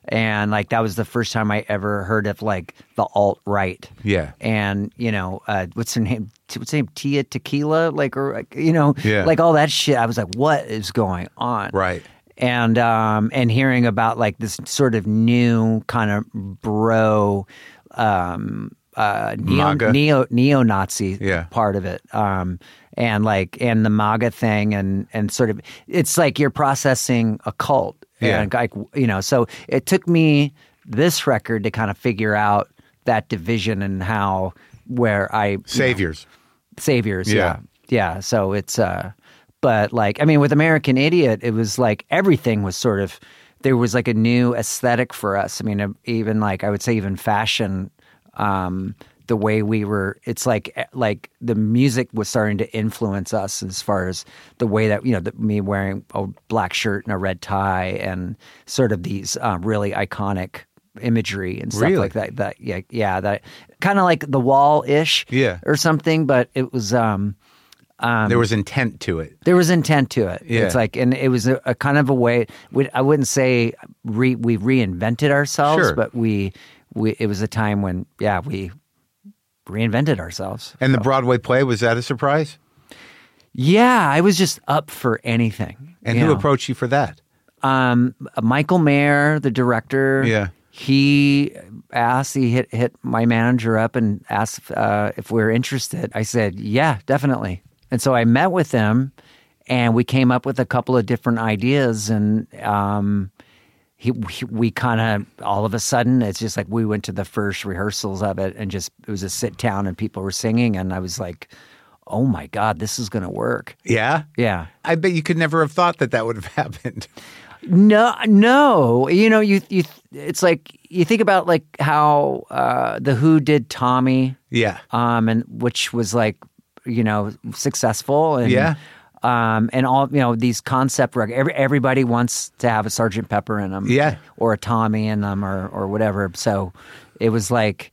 S4: and like that was the first time I ever heard of like the alt right.
S1: Yeah.
S4: and you know uh, what's her name? T- What's her name? Tia Tequila, like or like, you know,
S1: Yeah.
S4: like all that shit. I was like, what is going on?
S1: Right.
S4: And um and hearing about like this sort of new kind of bro um uh, neo
S1: MAGA.
S4: neo neo Nazi
S1: Yeah.
S4: part of it, um, and like and the MAGA thing, and and sort of it's like you're processing a cult,
S1: Yeah.
S4: and like you know. So it took me this record to kind of figure out that division and how where I
S1: Saviors.
S4: saviors.
S1: Yeah.
S4: Yeah. yeah. So it's uh but like I mean with American Idiot it was like everything was sort of there was like a new aesthetic for us. I mean uh, even like I would say even fashion um the way we were it's like eh, like the music was starting to influence us as far as the way that you know the, me wearing a black shirt and a red tie and sort of these um, really iconic imagery and stuff
S1: Really?
S4: like that that yeah yeah that kind of like the wall ish
S1: Yeah.
S4: or something, but it was um
S1: there was intent to it.
S4: there was intent to it.
S1: Yeah.
S4: It's like and it was a, a kind of a way we, I wouldn't say re, we reinvented ourselves,
S1: Sure.
S4: but we we it was a time when yeah, we reinvented ourselves.
S1: And the Broadway play was that a surprise?
S4: Yeah, I was just up for anything.
S1: And
S4: you
S1: who
S4: know.
S1: approached you for that?
S4: um, Michael Mayer, the director.
S1: Yeah.
S4: He asked, he hit, hit my manager up and asked uh, if we were interested. I said, yeah, definitely. And so I met with him and we came up with a couple of different ideas and, um, he, we- we kind of all of a sudden it's just like we went to the first rehearsals of it and just it was a sit down and people were singing and I was like, oh my god, this is gonna work.
S1: Yeah.
S4: Yeah,
S1: I bet you could never have thought that that would have <laughs> happened.
S4: No, no. You know, you you. It's like you think about like how uh, the Who did Tommy,
S1: Yeah.
S4: um, and which was like you know successful and
S1: Yeah.
S4: Um, and all you know these concept records. Every, everybody wants to have a Sergeant Pepper in them,
S1: Yeah.
S4: or a Tommy in them, or or whatever. So it was like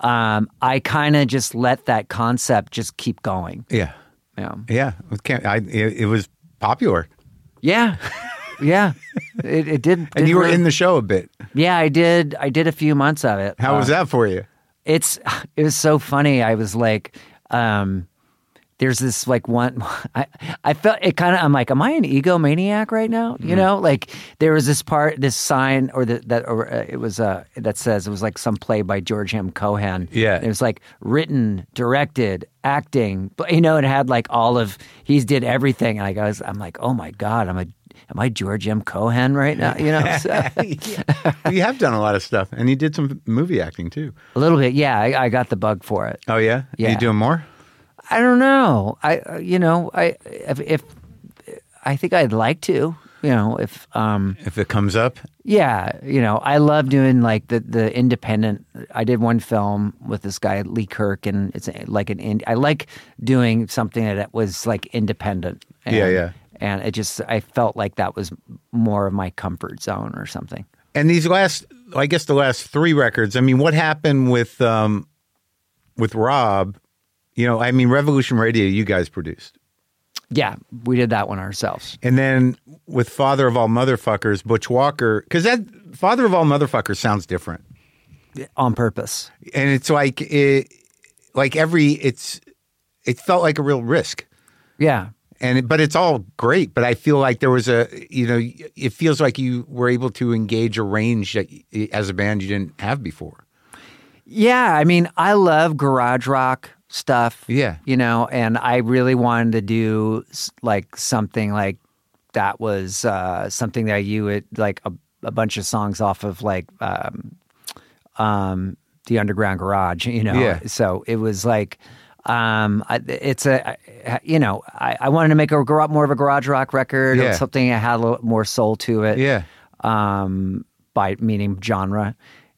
S4: um, I kind of just let that concept just keep going.
S1: Yeah. <laughs>
S4: Yeah,
S1: Yeah. It, can't, I, it, it was popular.
S4: yeah, yeah. It, it did.
S1: And
S4: did
S1: you were
S4: really-
S1: in the show a bit.
S4: Yeah, I did. I did a few months of it.
S1: How
S4: Uh,
S1: was that for <laughs> you?
S4: It's it was so funny. I was like, um, there's this like one. <laughs> I I felt it kind of. I'm like, am I an egomaniac right now?
S1: Mm-hmm.
S4: You know, like there was this part, this sign, or the, that, or uh, it was uh, that says it was like some play by George M. Cohan.
S1: Yeah.
S4: it was like written, directed, acting. But you know, it had like all of he's did everything. And I was, I'm like, oh my god, I'm a. Am I George M. Cohan right now? You know,
S1: <laughs>
S4: so.
S1: you have done a lot of stuff, and you did some movie acting too.
S4: A little bit, yeah. I, I got the bug for it.
S1: Oh yeah,
S4: Yeah.
S1: You doing more?
S4: I don't know. I, uh, you know, I if, if I think I'd like to, you know, if um,
S1: If it comes up,
S4: yeah, you know, I love doing like the the independent. I did one film with this guy Lee Kirk, and it's uh, like an. ind- I like doing something that was like independent. And,
S1: Yeah, yeah.
S4: And it just, I felt like that was more of my comfort zone or something.
S1: and these last, I guess, the last three records. I mean, what happened with um, with Rob? You know, I mean, Revolution Radio, you guys produced,
S4: Yeah, we did that one ourselves.
S1: and then with Father of All Motherfuckers, Butch Walker, because that Father of All Motherfuckers sounds different.
S4: on purpose.
S1: and it's like it, like every it's it felt like a real risk
S4: Yeah.
S1: and it, but it's all great but i feel like there was a you know it feels like you were able to engage a range that y- as a band you didn't have before
S4: Yeah, I mean, I love garage rock stuff.
S1: Yeah.
S4: You know, and I really wanted to do s- like something like that was uh, something that you would like a, a bunch of songs off of like um, um, the Underground Garage, you know?
S1: Yeah.
S4: So it was like, um, I, it's a, I- you know, I, I wanted to make a gar- more of a garage rock record
S1: Yeah.
S4: or something that had a little more soul to it
S1: yeah
S4: um, by meaning genre.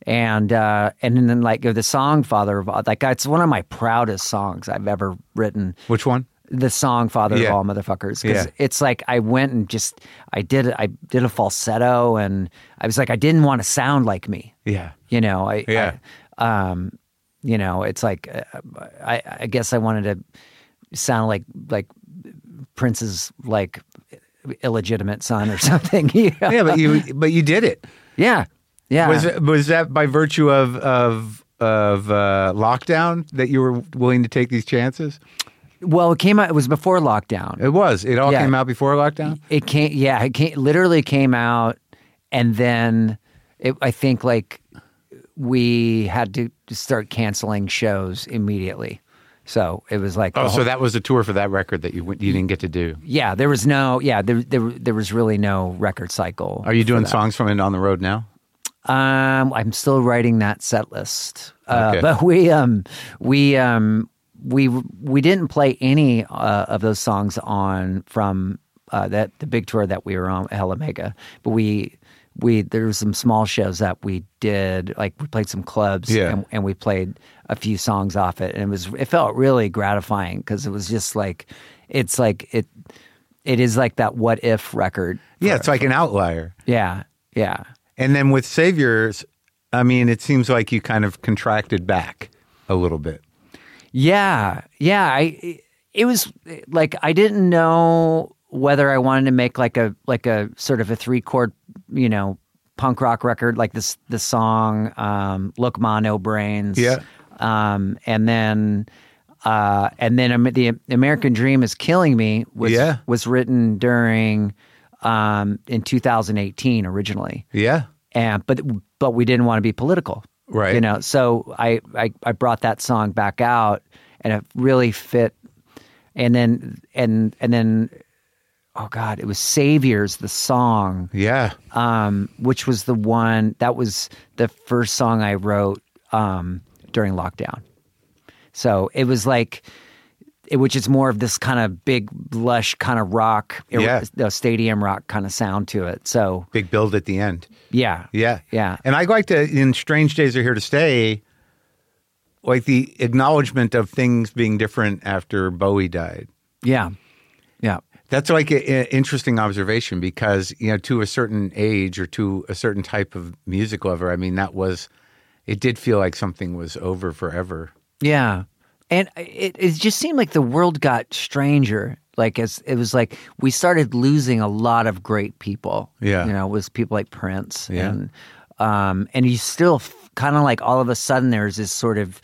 S4: And uh, and then like the song Father of All, like it's one of my proudest songs I've ever written.
S1: which one
S4: The song Father
S1: Yeah.
S4: of All Motherfuckers, because
S1: Yeah.
S4: it's like I went and just I did I did a falsetto and I was like I didn't want to sound like me,
S1: yeah
S4: you know. I,
S1: Yeah.
S4: I- um, you know, it's like uh, I I guess I wanted to sound like like Prince's like illegitimate son or <laughs> something. you know?
S1: yeah but <laughs> you but you did it
S4: Yeah. Yeah.
S1: was it, was that by virtue of of of uh, lockdown that you were willing to take these chances
S4: well, it came out, it was before lockdown.
S1: it was it all
S4: Yeah.
S1: came out before lockdown
S4: It came, yeah, it came, literally came out. And then it, I think like we had to start canceling shows immediately. So it was like,
S1: Oh,
S4: the whole-
S1: so that was the tour for that record that you went- you didn't get to do.
S4: yeah, there was no, yeah, there, there, there was really no record cycle.
S1: Are you doing songs from it on the road now?
S4: Um, I'm still writing that set list, uh,
S1: Okay.
S4: but we um we um we we didn't play any uh, of those songs on from uh, that the big tour that we were on Hella Mega, but we we there were some small shows that we did like we played some clubs
S1: Yeah.
S4: and, and we played a few songs off it and it was it felt really gratifying because it was just like it's like it it is like that what if record
S1: Yeah, it's like an outlier.
S4: yeah yeah
S1: And then with Saviors, I mean, it seems like you kind of contracted back a little bit.
S4: Yeah, yeah. I it was like I didn't know whether I wanted to make like a like a sort of a three chord, you know, punk rock record like this the song um Look Ma No Brains.
S1: Yeah.
S4: Um and then uh and then Am- the American Dream is Killing Me was
S1: Yeah.
S4: was written during um in 2018 originally
S1: Yeah.
S4: and but but we didn't want to be political
S1: Right.
S4: you know so I, I i brought that song back out and it really fit and then and and then oh god it was saviors the song
S1: Yeah.
S4: um which was the one that was the first song i wrote um during lockdown so it was like it, which is more of this kind of big lush kind of rock
S1: Yeah.
S4: uh, stadium rock kind of sound to it so
S1: Big build at the end.
S4: yeah
S1: Yeah.
S4: Yeah.
S1: And I like to, in Strange Days Are Here to Stay, like the acknowledgement of things being different after Bowie died.
S4: yeah yeah
S1: That's like an interesting observation because, you know, to a certain age or to a certain type of music lover, I mean, that was, it did feel like something was over forever.
S4: Yeah. And it, it just seemed like the world got stranger. Like as it was like we started losing a lot of great people.
S1: Yeah.
S4: You know, it was people like Prince.
S1: Yeah.
S4: And um and you still kind of like all of a sudden there's this sort of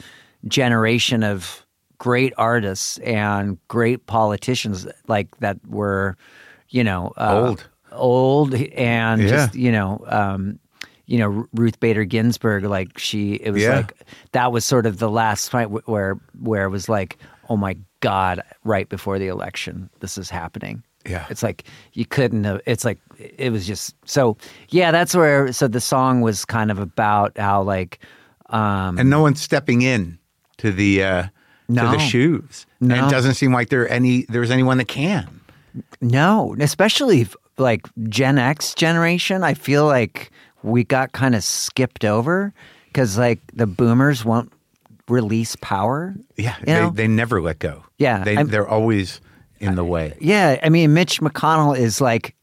S4: generation of great artists and great politicians like that were, you know, uh,
S1: Old.
S4: old and
S1: Yeah.
S4: just you know, um, you know Ru- Ruth Bader Ginsburg. Like she, it was
S1: Yeah.
S4: like that was sort of the last point wh- where where it was like, oh my god, right before the election, this is happening.
S1: Yeah.
S4: it's like you couldn't. Have, it's like it was just so. Yeah, that's where. So the song was kind of about how like. Um,
S1: and no one's stepping in to the uh,
S4: No.
S1: to the shoes. And
S4: No.
S1: it doesn't seem like there any there's anyone that can.
S4: No, especially if, like Gen X generation. I feel like we got kind of skipped over because like the boomers won't release power.
S1: Yeah,
S4: you
S1: they,
S4: know?
S1: they never let go.
S4: Yeah,
S1: they,
S4: I'm-
S1: they're always in the way.
S4: yeah. I mean, Mitch McConnell is like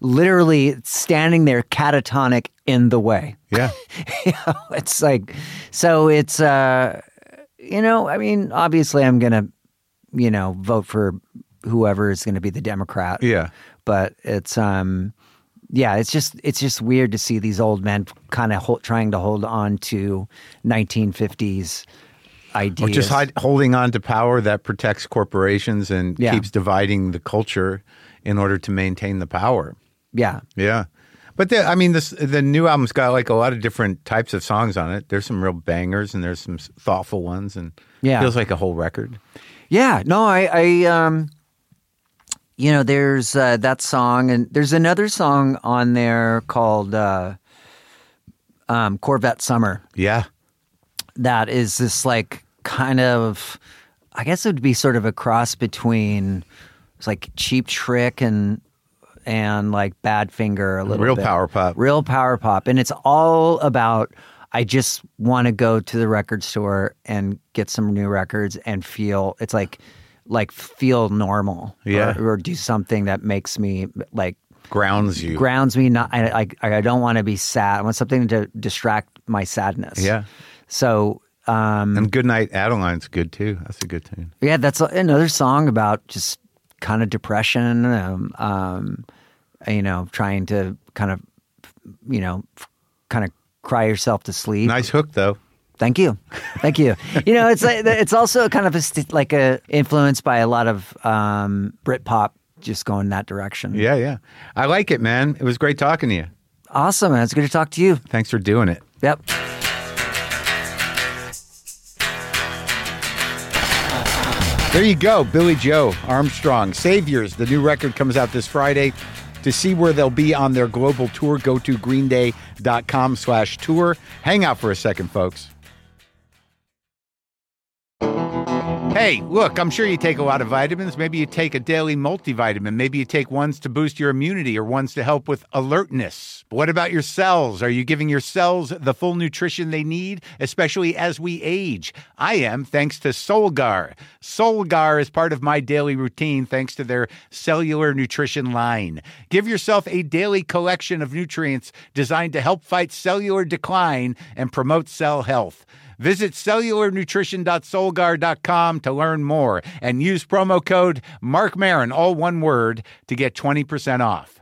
S4: literally standing there catatonic in the way. <laughs>
S1: Yeah,
S4: You know, it's like so it's uh you know i mean obviously i'm gonna you know vote for whoever is gonna be the democrat
S1: Yeah.
S4: but it's um yeah it's just it's just weird to see these old men kind of hold, trying to hold on to 1950s ideas
S1: or just hide, holding on to power that protects corporations and
S4: Yeah.
S1: keeps dividing the culture in order to maintain the power.
S4: yeah
S1: Yeah. But the, I mean, this the new album's got like a lot of different types of songs on it. There's some real bangers, and there's some s- thoughtful ones, and
S4: Yeah.
S1: feels like a whole record.
S4: Yeah, no, I, I um, you know, there's uh, that song, and there's another song on there called uh, um, Corvette Summer.
S1: Yeah,
S4: That is this like kind of, I guess it would be sort of a cross between it's like Cheap Trick and and like Bad Finger a little
S1: real
S4: bit.
S1: power pop.
S4: Real power pop. And it's all about I just want to go to the record store and get some new records and feel it's like like feel normal.
S1: Yeah.
S4: Or, or do something that makes me like
S1: grounds you.
S4: grounds me not I I, I don't want to be sad. I want something to distract my sadness.
S1: Yeah.
S4: So um
S1: And Goodnight Adeline's good too. That's a good tune.
S4: Yeah, that's a- another song about just kind of depression, um, um, you know, trying to kind of, you know, kind of cry yourself to sleep.
S1: Nice hook though.
S4: Thank you, thank you. you know, it's like, <laughs> it's also kind of a st- like a influenced by a lot of um, Britpop, just going that direction.
S1: Yeah, yeah. I like it, man. It was great talking to you.
S4: Awesome, man. It's good to talk to you.
S1: Thanks for doing it.
S4: Yep.
S1: There you go, Billy Joe Armstrong. Saviors. The new record comes out this Friday. To see where they'll be on their global tour, go to greenday.com slash tour. Hang out for a second, folks. Hey, look, I'm sure you take a lot of vitamins. Maybe you take a daily multivitamin. Maybe you take ones to boost your immunity or ones to help with alertness. But what about your cells? Are you giving your cells the full nutrition they need, especially as we age? I am, thanks to Solgar. Solgar is part of my daily routine thanks to their cellular nutrition line. Give yourself a daily collection of nutrients designed to help fight cellular decline and promote cell health. Visit cellularnutrition.solgar.com to learn more and use promo code Mark Marin, all one word, to get 20% off.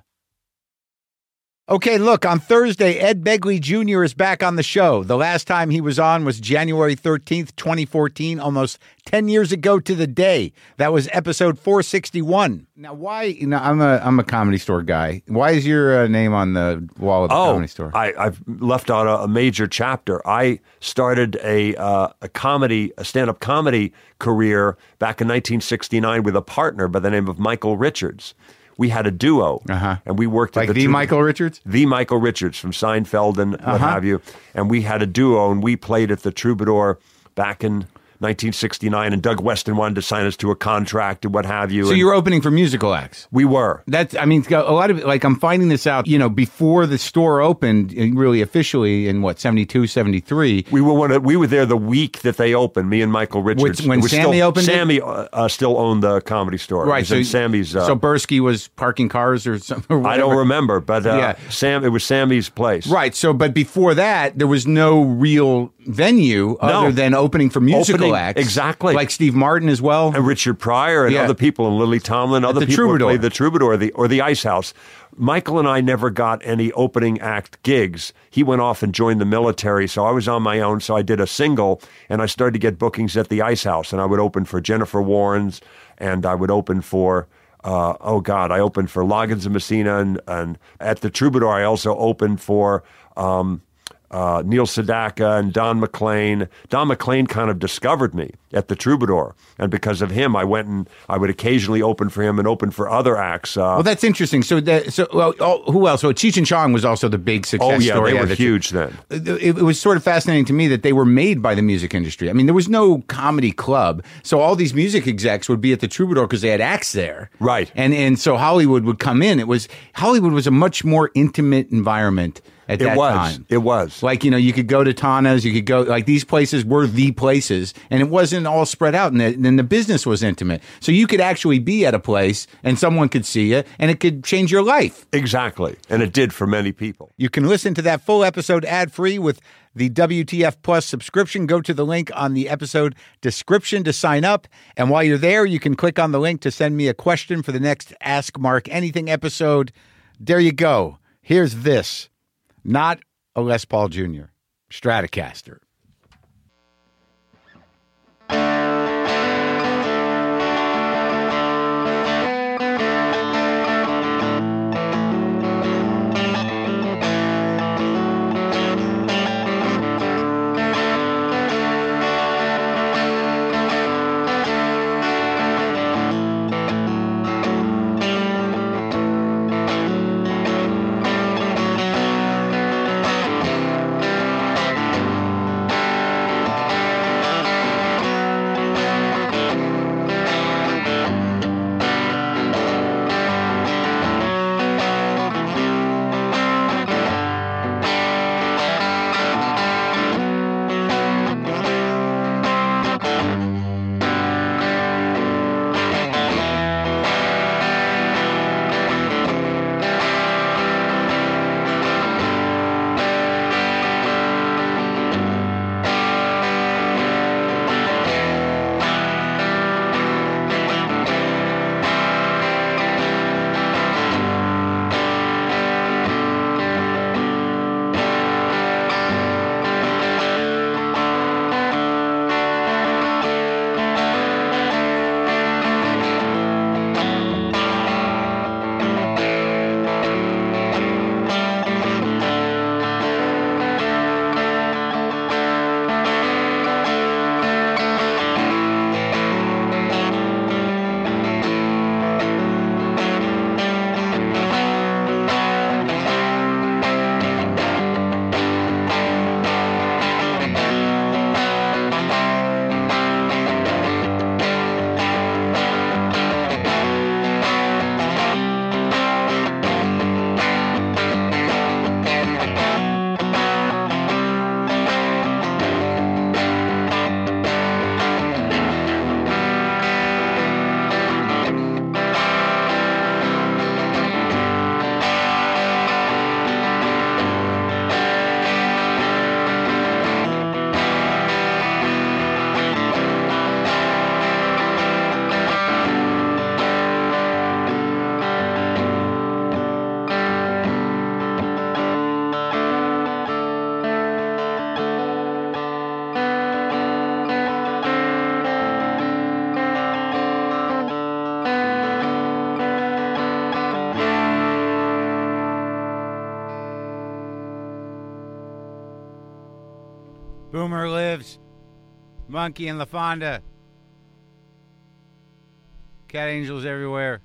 S1: Okay, look, on Thursday, Ed Begley Jr. is back on the show. The last time he was on was January 13th, 2014, almost 10 years ago to the day. That was episode 461. Now, why? You know, I'm a I'm a comedy store guy. Why is your uh, name on the wall of the
S5: Oh,
S1: comedy store?
S5: I, I've left out a, a major chapter. I started a uh, a comedy, a stand up comedy career back in 1969 with a partner by the name of Michael Richards. We had a duo,
S1: Uh-huh.
S5: and we worked at
S1: like the,
S5: two-
S1: Michael Uh-huh. Richards?
S5: the Michael Richards from Seinfeld and what have you. And we had a duo, and we played at the Troubadour back in 1969. And Doug Weston wanted to sign us to a contract and what have you.
S1: So
S5: and
S1: you're opening for musical acts.
S5: we were.
S1: That's, I mean, it's got a lot of, like, I'm finding this out, you know, before the store opened, and really officially in what, 72, 73.
S5: We were one of, we were there the week that they opened. Me and Michael Richards.
S1: when
S5: It was
S1: Sammy
S5: still,
S1: opened it?
S5: Sammy uh, uh, still owned the comedy store. It was in Sammy's. Uh,
S1: so Bursky was parking cars or something. or
S5: I don't
S1: whatever.
S5: remember, but uh,
S1: Yeah.
S5: Sam. It was Sammy's place.
S1: Right. So, but before that, there was no real venue other than opening for musical
S5: Opening-
S1: acts.
S5: exactly.
S1: Like Steve Martin as well.
S5: and Richard Pryor and
S1: Yeah.
S5: other people and Lily Tomlin, other
S1: the
S5: people who
S1: Troubadour.
S5: played the Troubadour the, or the Ice House. Michael and I never got any opening act gigs. He went off and joined the military, so I was on my own. So I did a single, and I started to get bookings at the Ice House, and I would open for Jennifer Warrens, and I would open for. Uh, oh God! I opened for Loggins and Messina, and, and at the Troubadour, I also opened for um, uh, Neil Sedaka and Don McLean. Don McLean kind of discovered me at the Troubadour, and because of him, I went and I would occasionally open for him and open for other acts. Uh,
S1: well, Oh, that's interesting. So, that, so well, oh, who else? So, Cheech and Chong was also the big success
S5: oh yeah,
S1: story.
S5: they were
S1: that you-
S5: huge then.
S1: it, it was sort of fascinating to me that they were made by the music industry. I mean, there was no comedy club, so all these music execs would be at the Troubadour because they had acts there,
S5: Right.
S1: And and so Hollywood would come in. It was Hollywood was a much more intimate environment at
S5: It
S1: that
S5: was.
S1: time.
S5: It was.
S1: like you know, you could go to Tana's, you could go like these places were the places, and it wasn't all spread out, and the- then the business was intimate, so you could actually be at a place and someone could see you, and it could change your life.
S5: exactly, and it did for many people.
S1: You can listen to that full episode ad free with the WTF Plus subscription. Go to the link on the episode description to sign up. And while you're there, you can click on the link to send me a question for the next Ask Mark Anything episode. There you go. Here's this not a Les Paul Jr., Stratocaster. Boomer lives. Monkey and LaFonda. Cat angels everywhere.